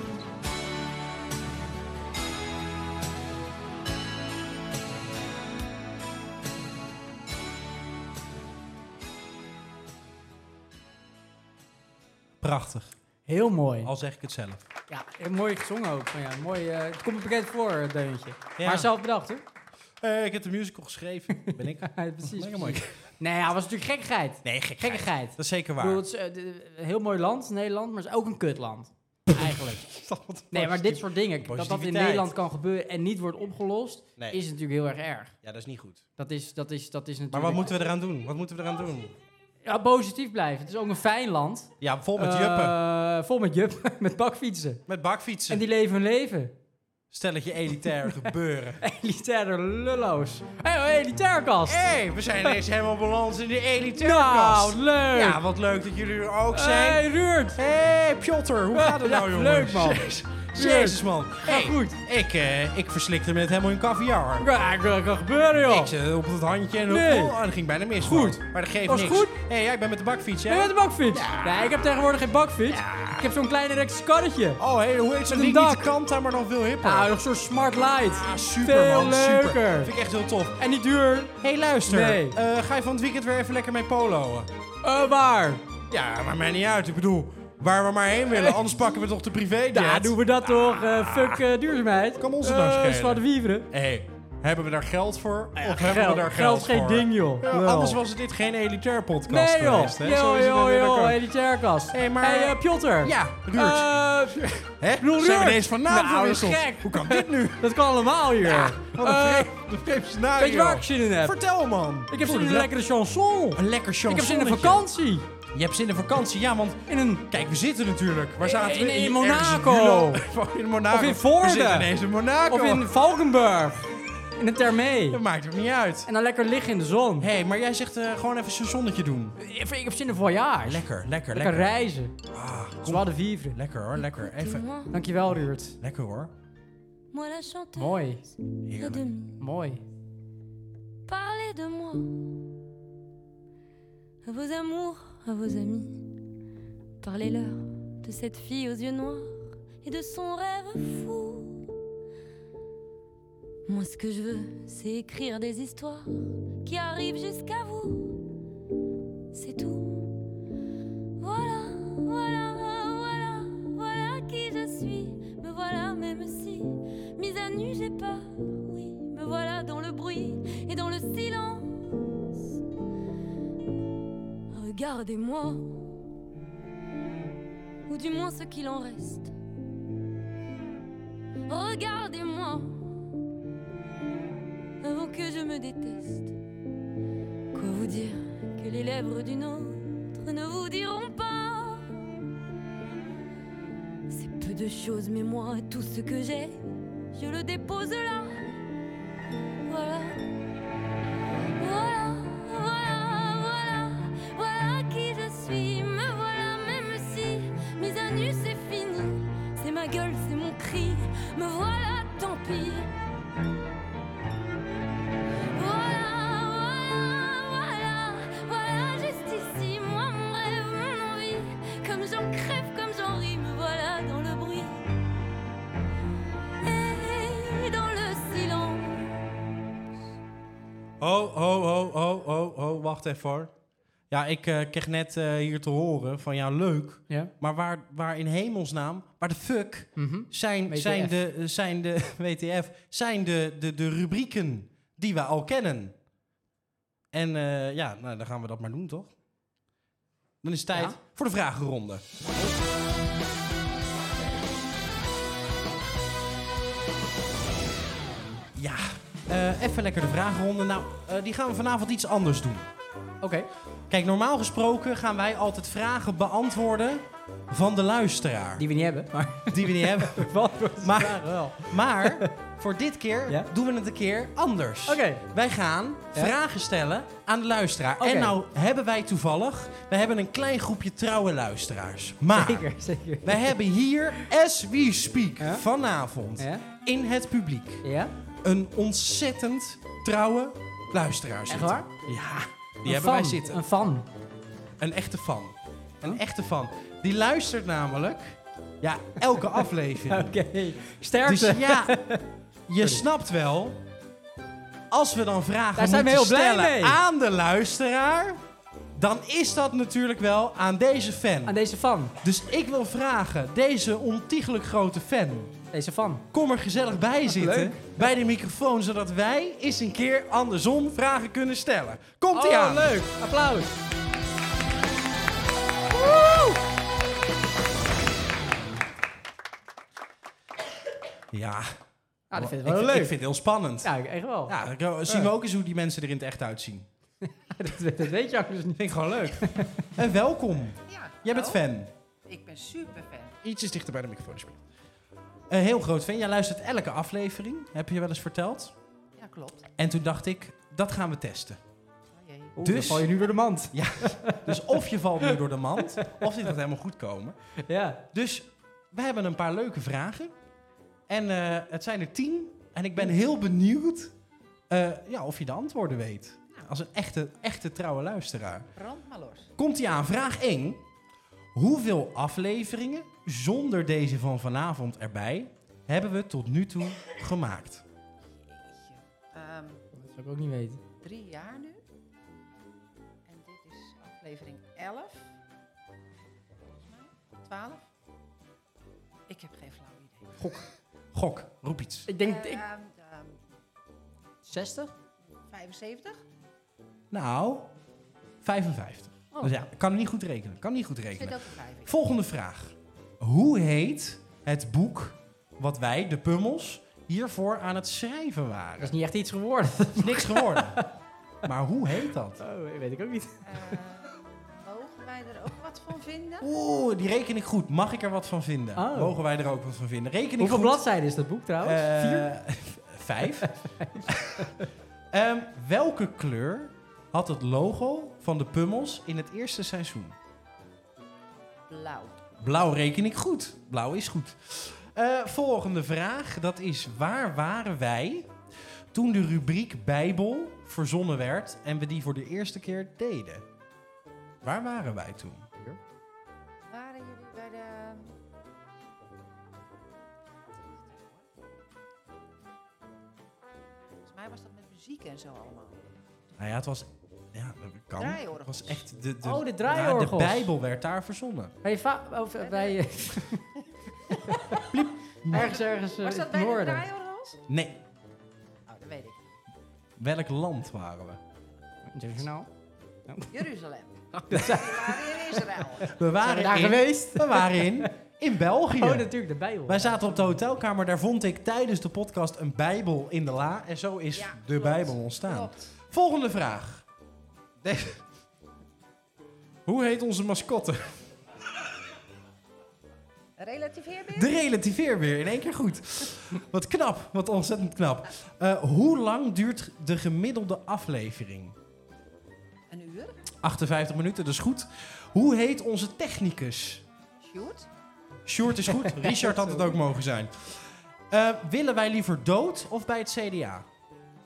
Speaker 3: Prachtig.
Speaker 2: Heel mooi.
Speaker 3: Al zeg ik het zelf.
Speaker 2: Ja, heel mooi gezongen ook. van jou. mooi, eh, het komt me bekend voor, eh, Deuntje.
Speaker 3: Ja.
Speaker 2: Maar zelf bedacht, hoor.
Speaker 3: Eh, ik heb de musical geschreven. Ben ik.
Speaker 2: Ja, precies.
Speaker 3: Lekker mooi.
Speaker 2: precies. Nee, ja, het was natuurlijk gekkigheid.
Speaker 3: Nee, gek.
Speaker 2: Gekkigheid.
Speaker 3: Dat is zeker
Speaker 2: Ik
Speaker 3: waar.
Speaker 2: bedoel, het is eh, de- een heel mooi land, Nederland, maar het is ook een kutland. Eigenlijk. Nee, maar dit soort dingen, dat dat in
Speaker 3: Positiviteit.
Speaker 2: Nederland kan gebeuren en niet wordt opgelost,
Speaker 3: Nee.
Speaker 2: is natuurlijk heel erg erg.
Speaker 3: Ja, dat is niet goed.
Speaker 2: Dat is, dat is, dat is natuurlijk...
Speaker 3: Maar wat moeten we eraan doen? Wat moeten we eraan doen?
Speaker 2: Ja, positief blijven. Het is ook een fijn land.
Speaker 3: Ja, vol met
Speaker 2: Eh,
Speaker 3: juppen.
Speaker 2: vol met juppen, met bakfietsen.
Speaker 3: Met bakfietsen.
Speaker 2: En die leven hun leven.
Speaker 3: Stelletje elitair gebeuren.
Speaker 2: Elitaire lullo's. Hé, hey, elitaire kast.
Speaker 3: Hé, hey, we zijn ineens helemaal balans in de elitaire
Speaker 2: nou,
Speaker 3: kast.
Speaker 2: leuk.
Speaker 3: Ja, wat leuk dat jullie er ook zijn.
Speaker 2: hey, Ruurt.
Speaker 3: Hé, hey, Piotr, hoe gaat het
Speaker 2: Ja,
Speaker 3: nou, jongens?
Speaker 2: leuk, man.
Speaker 3: Jezus, Jezus, man. Hey,
Speaker 2: goed.
Speaker 3: Ik, eh, ik verslikte met helemaal in caviar.
Speaker 2: Ja, dat kan gebeuren, joh.
Speaker 3: Ik zit op het handje en
Speaker 2: Nee.
Speaker 3: oh, dat ging bijna mis.
Speaker 2: Goed.
Speaker 3: man. Maar dat geeft
Speaker 2: Was
Speaker 3: niks.
Speaker 2: goed?
Speaker 3: Hé, hey, ja, ik ben met de bakfiets, hè?
Speaker 2: Heb je met een bakfiets? Nee, ik heb tegenwoordig geen bakfiets. Ik heb zo'n klein elektrisch karretje.
Speaker 3: Oh, hey, hoe heet zo'n
Speaker 2: Met een
Speaker 3: ding? Niet
Speaker 2: dak.
Speaker 3: de Kanta, maar dan veel hipper.
Speaker 2: Nou, nog zo'n smart light.
Speaker 3: ah, super,
Speaker 2: Veel
Speaker 3: man. Super.
Speaker 2: leuker.
Speaker 3: Vind ik echt heel tof.
Speaker 2: En niet duur.
Speaker 3: Hé, hey, luister.
Speaker 2: Nee.
Speaker 3: Eh, ga je van het weekend weer even lekker mee poloen?
Speaker 2: Eh, waar?
Speaker 3: Ja, maar mij niet uit. Ik bedoel, waar we maar heen willen. Anders pakken we toch de privé
Speaker 2: Ja, doen we dat toch? Eh, fuck eh, duurzaamheid.
Speaker 3: Kan ons het nou
Speaker 2: Eh,
Speaker 3: schelen?
Speaker 2: Zwarte wieveren.
Speaker 3: Hé, Hebben we daar geld voor? of hebben
Speaker 2: Geld,
Speaker 3: we daar
Speaker 2: geld
Speaker 3: geld,
Speaker 2: is geen
Speaker 3: voor?
Speaker 2: ding, joh.
Speaker 3: Ja, anders was dit geen elitair podcast
Speaker 2: Nee, joh.
Speaker 3: geweest. hè? Zo
Speaker 2: Yo,
Speaker 3: is het
Speaker 2: yo,
Speaker 3: natuurlijk
Speaker 2: yo.
Speaker 3: ook.
Speaker 2: Hey, die chaircast.
Speaker 3: Hey, maar-
Speaker 2: Hey, eh, Pjotter.
Speaker 3: Ja, Ruurt.
Speaker 2: Eh,
Speaker 3: Hè?
Speaker 2: bedoel,
Speaker 3: Zijn we
Speaker 2: Ruud.
Speaker 3: ineens van naam
Speaker 2: Nou,
Speaker 3: verwisseld?
Speaker 2: dat is gek.
Speaker 3: Hoe kan dit nu? Oh,
Speaker 2: dat kan allemaal hier.
Speaker 3: Wat
Speaker 2: Eh,
Speaker 3: een vreemd- een vreemd scenario.
Speaker 2: weet je waar ik zin in heb?
Speaker 3: Vertel, man.
Speaker 2: ik heb zin in een
Speaker 3: Voelde
Speaker 2: lekkere chanson.
Speaker 3: Een lekker
Speaker 2: Ik heb zin in een
Speaker 3: chansonnetje.
Speaker 2: vakantie.
Speaker 3: Je hebt zin in vakantie, ja, want...
Speaker 2: In een...
Speaker 3: Kijk, we zitten natuurlijk. Waar zaten
Speaker 2: in-
Speaker 3: we?
Speaker 2: in
Speaker 3: ergens
Speaker 2: Monaco.
Speaker 3: Hulo- in Monaco.
Speaker 2: Of in Voorde.
Speaker 3: We zitten ineens in Monaco.
Speaker 2: Of in Valkenburg. In een termee.
Speaker 3: Dat maakt ook niet uit.
Speaker 2: En dan lekker liggen in de zon.
Speaker 3: Hé, hey, maar jij zegt eh, gewoon even een zonnetje doen.
Speaker 2: Ik ik heb zin in voyage.
Speaker 3: Lekker, lekker, Ah,
Speaker 2: Lekker
Speaker 3: lekker.
Speaker 2: reizen. Zwaar de vivre.
Speaker 3: Lekker hoor, lekker. Even.
Speaker 7: Dis-moi,
Speaker 2: Dankjewel, Ruurt.
Speaker 3: Lekker hoor.
Speaker 7: moi la chanteuse
Speaker 2: Moi.
Speaker 7: de
Speaker 3: Heerlijk.
Speaker 7: demi,
Speaker 2: Mooi.
Speaker 7: parlez de moi, à vos amours, à vos amis, parlez-leur de cette fille aux yeux noirs et de son rêve fou. Moi, ce que je veux, c'est écrire des histoires qui arrivent jusqu'à vous. C'est tout. Voilà, voilà, voilà, voilà qui je suis. Me voilà, même si Mise à nu, j'ai peur, oui, me voilà dans le bruit et dans le silence. Regardez-moi, ou du moins ce qu'il en reste. Regardez-moi, avant que je me déteste. Quoi vous dire que les lèvres d'une autre ne vous diront pas C'est peu de choses, mais moi, tout ce que j'ai, je le dépose là. Voilà. Voilà, voilà, voilà, voilà qui je suis. Me voilà, même si mise à nu c'est fini. C'est ma gueule, c'est mon cri. Me voilà, tant pis. Voilà, voilà, voilà, voilà, juste ici. Moi, mon rêve, mon envie. Comme j'en crève, comme j'en ris. Me voilà dans le bruit et dans le silence.
Speaker 3: Oh, oh, oh, oh, oh, oh, wacht even hoor. Ja, ik eh, kreeg net eh, hier te horen van ja, leuk.
Speaker 2: Ja.
Speaker 3: Maar waar, waar in hemelsnaam, waar de fuck
Speaker 2: Mhm.
Speaker 3: zijn,
Speaker 2: WTF.
Speaker 3: zijn de, eh, zijn de, WTF, zijn de, de, de rubrieken die we al kennen? En eh, ja, nou, dan gaan we dat maar doen, toch? Dan is het tijd
Speaker 2: Ja.
Speaker 3: voor de vragenronde. Ja, eh, even lekker de vragenronde. Nou, eh, die gaan we vanavond iets anders doen.
Speaker 2: Oké.
Speaker 3: Kijk, normaal gesproken gaan wij altijd vragen beantwoorden van de luisteraar.
Speaker 2: Die we niet hebben, maar...
Speaker 3: die we niet hebben.
Speaker 2: Wat
Speaker 3: Maar-
Speaker 2: wel.
Speaker 3: Maar voor dit keer
Speaker 2: Ja?
Speaker 3: doen we het een keer anders.
Speaker 2: Oké.
Speaker 3: Wij gaan
Speaker 2: Ja?
Speaker 3: vragen stellen aan de luisteraar.
Speaker 2: Oké.
Speaker 3: En nou hebben wij toevallig, we hebben een klein groepje trouwe luisteraars. Maar
Speaker 2: Zeker, zeker.
Speaker 3: wij hebben hier, as we speak,
Speaker 2: Ja?
Speaker 3: vanavond
Speaker 2: Ja?
Speaker 3: in het publiek
Speaker 2: Ja?
Speaker 3: een ontzettend trouwe luisteraar
Speaker 2: Echt
Speaker 3: zitten.
Speaker 2: waar?
Speaker 3: Ja, die
Speaker 2: Een
Speaker 3: hebben wij
Speaker 2: fan,
Speaker 3: zitten.
Speaker 2: Een fan.
Speaker 3: Een echte fan. Een
Speaker 2: Oh.
Speaker 3: echte fan. Die luistert namelijk, ja, elke aflevering.
Speaker 2: Oké. Sterkte.
Speaker 3: Dus ja, je snapt wel. Als we dan vragen
Speaker 2: Daar zijn we
Speaker 3: moeten
Speaker 2: heel blij
Speaker 3: stellen
Speaker 2: mee.
Speaker 3: aan de luisteraar, dan is dat natuurlijk wel aan deze fan.
Speaker 2: Aan deze fan.
Speaker 3: Dus ik wil vragen, deze ontiegelijk grote fan,
Speaker 2: Deze fan.
Speaker 3: kom er gezellig bij zitten
Speaker 2: leuk.
Speaker 3: bij de microfoon, zodat wij eens een keer andersom vragen kunnen stellen. Komt ie
Speaker 2: Oh,
Speaker 3: aan?
Speaker 2: leuk. Applaus.
Speaker 3: Oh, Ja,
Speaker 2: Ah, dat vind ik
Speaker 3: ik,
Speaker 2: wel
Speaker 3: vind-
Speaker 2: leuk.
Speaker 3: ik vind het heel spannend. Ja.
Speaker 2: Ja, echt wel.
Speaker 3: dan zien we ook eens hoe die mensen er in het echt uitzien.
Speaker 2: dat, weet- dat weet je ook dus niet.
Speaker 3: Vind ik gewoon leuk. en welkom.
Speaker 8: Ja,
Speaker 3: Jij bent
Speaker 8: hallo.
Speaker 3: fan.
Speaker 8: Ik ben super fan.
Speaker 3: Ietsjes dichter bij de microfoon alsjeblieft. Een heel groot fan. Jij luistert elke aflevering, heb je wel eens verteld.
Speaker 8: Ja, klopt.
Speaker 3: En toen dacht ik, dat gaan we testen.
Speaker 8: Oh, jee.
Speaker 2: Oeh,
Speaker 3: Dus-
Speaker 2: dan val je nu door de mand.
Speaker 3: Dus of je valt nu door de mand, of dit gaat helemaal goed komen.
Speaker 2: Ja.
Speaker 3: Dus we hebben een paar leuke vragen. En eh, het zijn er tien. En ik ben heel benieuwd eh, ja, of je de antwoorden weet. Als een echte, echte trouwe luisteraar.
Speaker 8: Brand Nou. maar los.
Speaker 3: Komt ie aan, vraag 1. Hoeveel afleveringen, zonder deze van vanavond erbij, hebben we tot nu toe gemaakt?
Speaker 8: Jeetje. Ehm,
Speaker 2: Dat zou ik ook niet weten.
Speaker 8: drie jaar nu. En dit is aflevering 11. Volgens mij. 12. Ik heb geen flauw idee.
Speaker 3: Gok, roep iets.
Speaker 2: Ik denk... Ik,
Speaker 8: Ehm, ehm,
Speaker 2: 60?
Speaker 8: 75?
Speaker 3: Nou, 55.
Speaker 2: Oh.
Speaker 3: Dus ja, kan niet goed rekenen. Kan niet goed
Speaker 8: Ik zit
Speaker 3: rekenen.
Speaker 8: ook op 5.
Speaker 3: Volgende vraag. Hoe heet het boek wat wij, de pummels, hiervoor aan het schrijven
Speaker 2: Dat
Speaker 3: waren?
Speaker 2: is niet echt iets geworden.
Speaker 3: is niks geworden. maar hoe heet dat?
Speaker 2: Oh, weet ik ook niet.
Speaker 8: Ehm, mogen wij er ook wat van vinden?
Speaker 3: Oeh, die reken ik goed. Mag ik er wat van vinden?
Speaker 2: Oh.
Speaker 3: Mogen wij er ook wat van vinden? Reken ik
Speaker 2: Hoeveel
Speaker 3: goed.
Speaker 2: bladzijden is dat boek trouwens? Vier?
Speaker 3: Eh, Vijf. Ehm, welke kleur had het logo van de Pummels in het eerste seizoen?
Speaker 8: Blauw.
Speaker 3: Blauw reken ik goed. Blauw is goed. Eh, volgende vraag, dat is waar waren wij toen de rubriek Bijbel verzonnen werd en we die voor de eerste keer deden? Waar waren wij toen?
Speaker 8: Waren jullie bij de... Volgens mij was dat met muziek en zo allemaal.
Speaker 3: Nou ja, het was... Ja, dat kan. Het
Speaker 8: Draaiorgels.
Speaker 3: was echt de, de,
Speaker 2: Oh, de
Speaker 3: ja, de
Speaker 2: draaiorgels.
Speaker 3: Bijbel werd daar verzonnen.
Speaker 2: Bij va- of, eh, bij... eh, ergens, ergens eh,
Speaker 8: Was dat
Speaker 2: in het
Speaker 8: bij de
Speaker 2: noorden.
Speaker 8: draaiorgels?
Speaker 3: Nee,
Speaker 8: Oh, dat weet ik.
Speaker 3: welk land waren we?
Speaker 2: Internationaal.
Speaker 8: Jeruzalem. We waren in Israël.
Speaker 3: We waren
Speaker 2: we daar
Speaker 3: in,
Speaker 2: geweest?
Speaker 3: We waren in, in België.
Speaker 2: Oh, natuurlijk, de Bijbel.
Speaker 3: Wij zaten op de hotelkamer, daar vond ik tijdens de podcast een Bijbel in de la. En zo is
Speaker 8: Ja,
Speaker 3: de
Speaker 8: klopt.
Speaker 3: Bijbel ontstaan.
Speaker 8: Klopt.
Speaker 3: Volgende vraag. Deze- Hoe heet onze mascotte?
Speaker 8: Relativeer weer?
Speaker 3: De relativeer weer, in één keer goed. Wat knap, wat ontzettend knap. Eh, hoe lang duurt de gemiddelde aflevering?
Speaker 8: Een uur?
Speaker 3: 58 minuten, dat is goed. Hoe heet onze technicus?
Speaker 8: Shoot?
Speaker 3: Sjoerd is goed, Richard had het ook mogen zijn. Eh, willen wij liever dood of bij het CDA?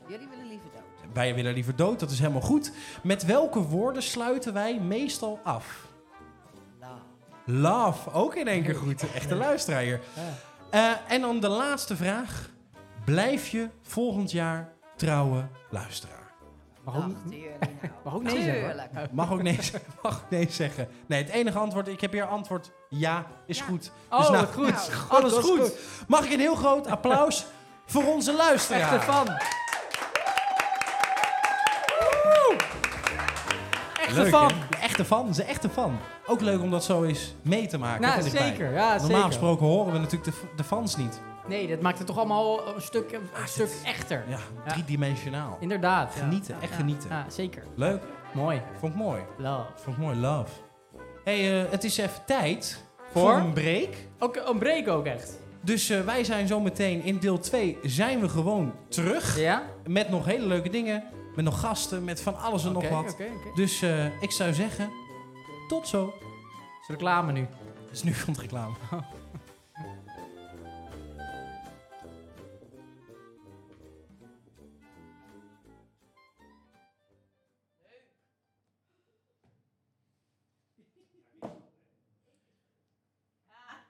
Speaker 8: Jullie willen liever dood.
Speaker 3: Wij willen liever dood, dat is helemaal goed. Met welke woorden sluiten wij meestal af?
Speaker 8: Nou.
Speaker 3: Love, ook in één keer goed. Echte luisteraar hier. Eh, en dan de laatste vraag. Blijf je volgend jaar trouwe luisteraar?
Speaker 2: Mag ook
Speaker 8: Ach,
Speaker 2: niet.
Speaker 8: tuurlijk nou.
Speaker 2: Mag ook nee zeggen, hoor.
Speaker 8: Tuurlijk.
Speaker 3: Mag ook nee, zeggen- mag ook nee zeggen. Nee, het enige antwoord, ik heb hier antwoord ja, is
Speaker 8: Ja.
Speaker 3: goed.
Speaker 2: Oh,
Speaker 3: Dus nou,
Speaker 2: wat goed.
Speaker 8: nou,
Speaker 2: God,
Speaker 3: Alles
Speaker 2: dat is
Speaker 3: goed. Mag ik een heel groot applaus voor onze luisteraar?
Speaker 2: Echte fan. Echte
Speaker 3: Leuk,
Speaker 2: fan.
Speaker 3: hè? Echte fan, ze echte fan. Ook leuk om dat zo eens mee te maken.
Speaker 2: Nou,
Speaker 3: van dichtbij.
Speaker 2: zeker. Ja,
Speaker 3: Normaal
Speaker 2: zeker.
Speaker 3: gesproken horen we natuurlijk de, f- de fans niet.
Speaker 2: Nee, dat maakt het toch allemaal een stuk, een stuk echter.
Speaker 3: Ah, Ja, driedimensionaal.
Speaker 2: Inderdaad. ja.
Speaker 3: Genieten, echt genieten.
Speaker 2: Ja, zeker.
Speaker 3: Leuk,
Speaker 2: Mooi.
Speaker 3: vond ik mooi.
Speaker 2: Love.
Speaker 3: Vond ik mooi, love. hey, eh, het is even tijd voor,
Speaker 2: Voor?
Speaker 3: een break.
Speaker 2: Ook een break ook echt.
Speaker 3: Dus eh, wij zijn zo meteen in deel 2 zijn we gewoon terug.
Speaker 2: Ja?
Speaker 3: Met nog hele leuke dingen. Met nog gasten, met van alles en
Speaker 2: Oké,
Speaker 3: nog
Speaker 2: oké,
Speaker 3: wat.
Speaker 2: oké.
Speaker 3: Dus eh, ik zou zeggen, tot zo.
Speaker 2: Is reclame nu.
Speaker 3: Dus nu komt reclame.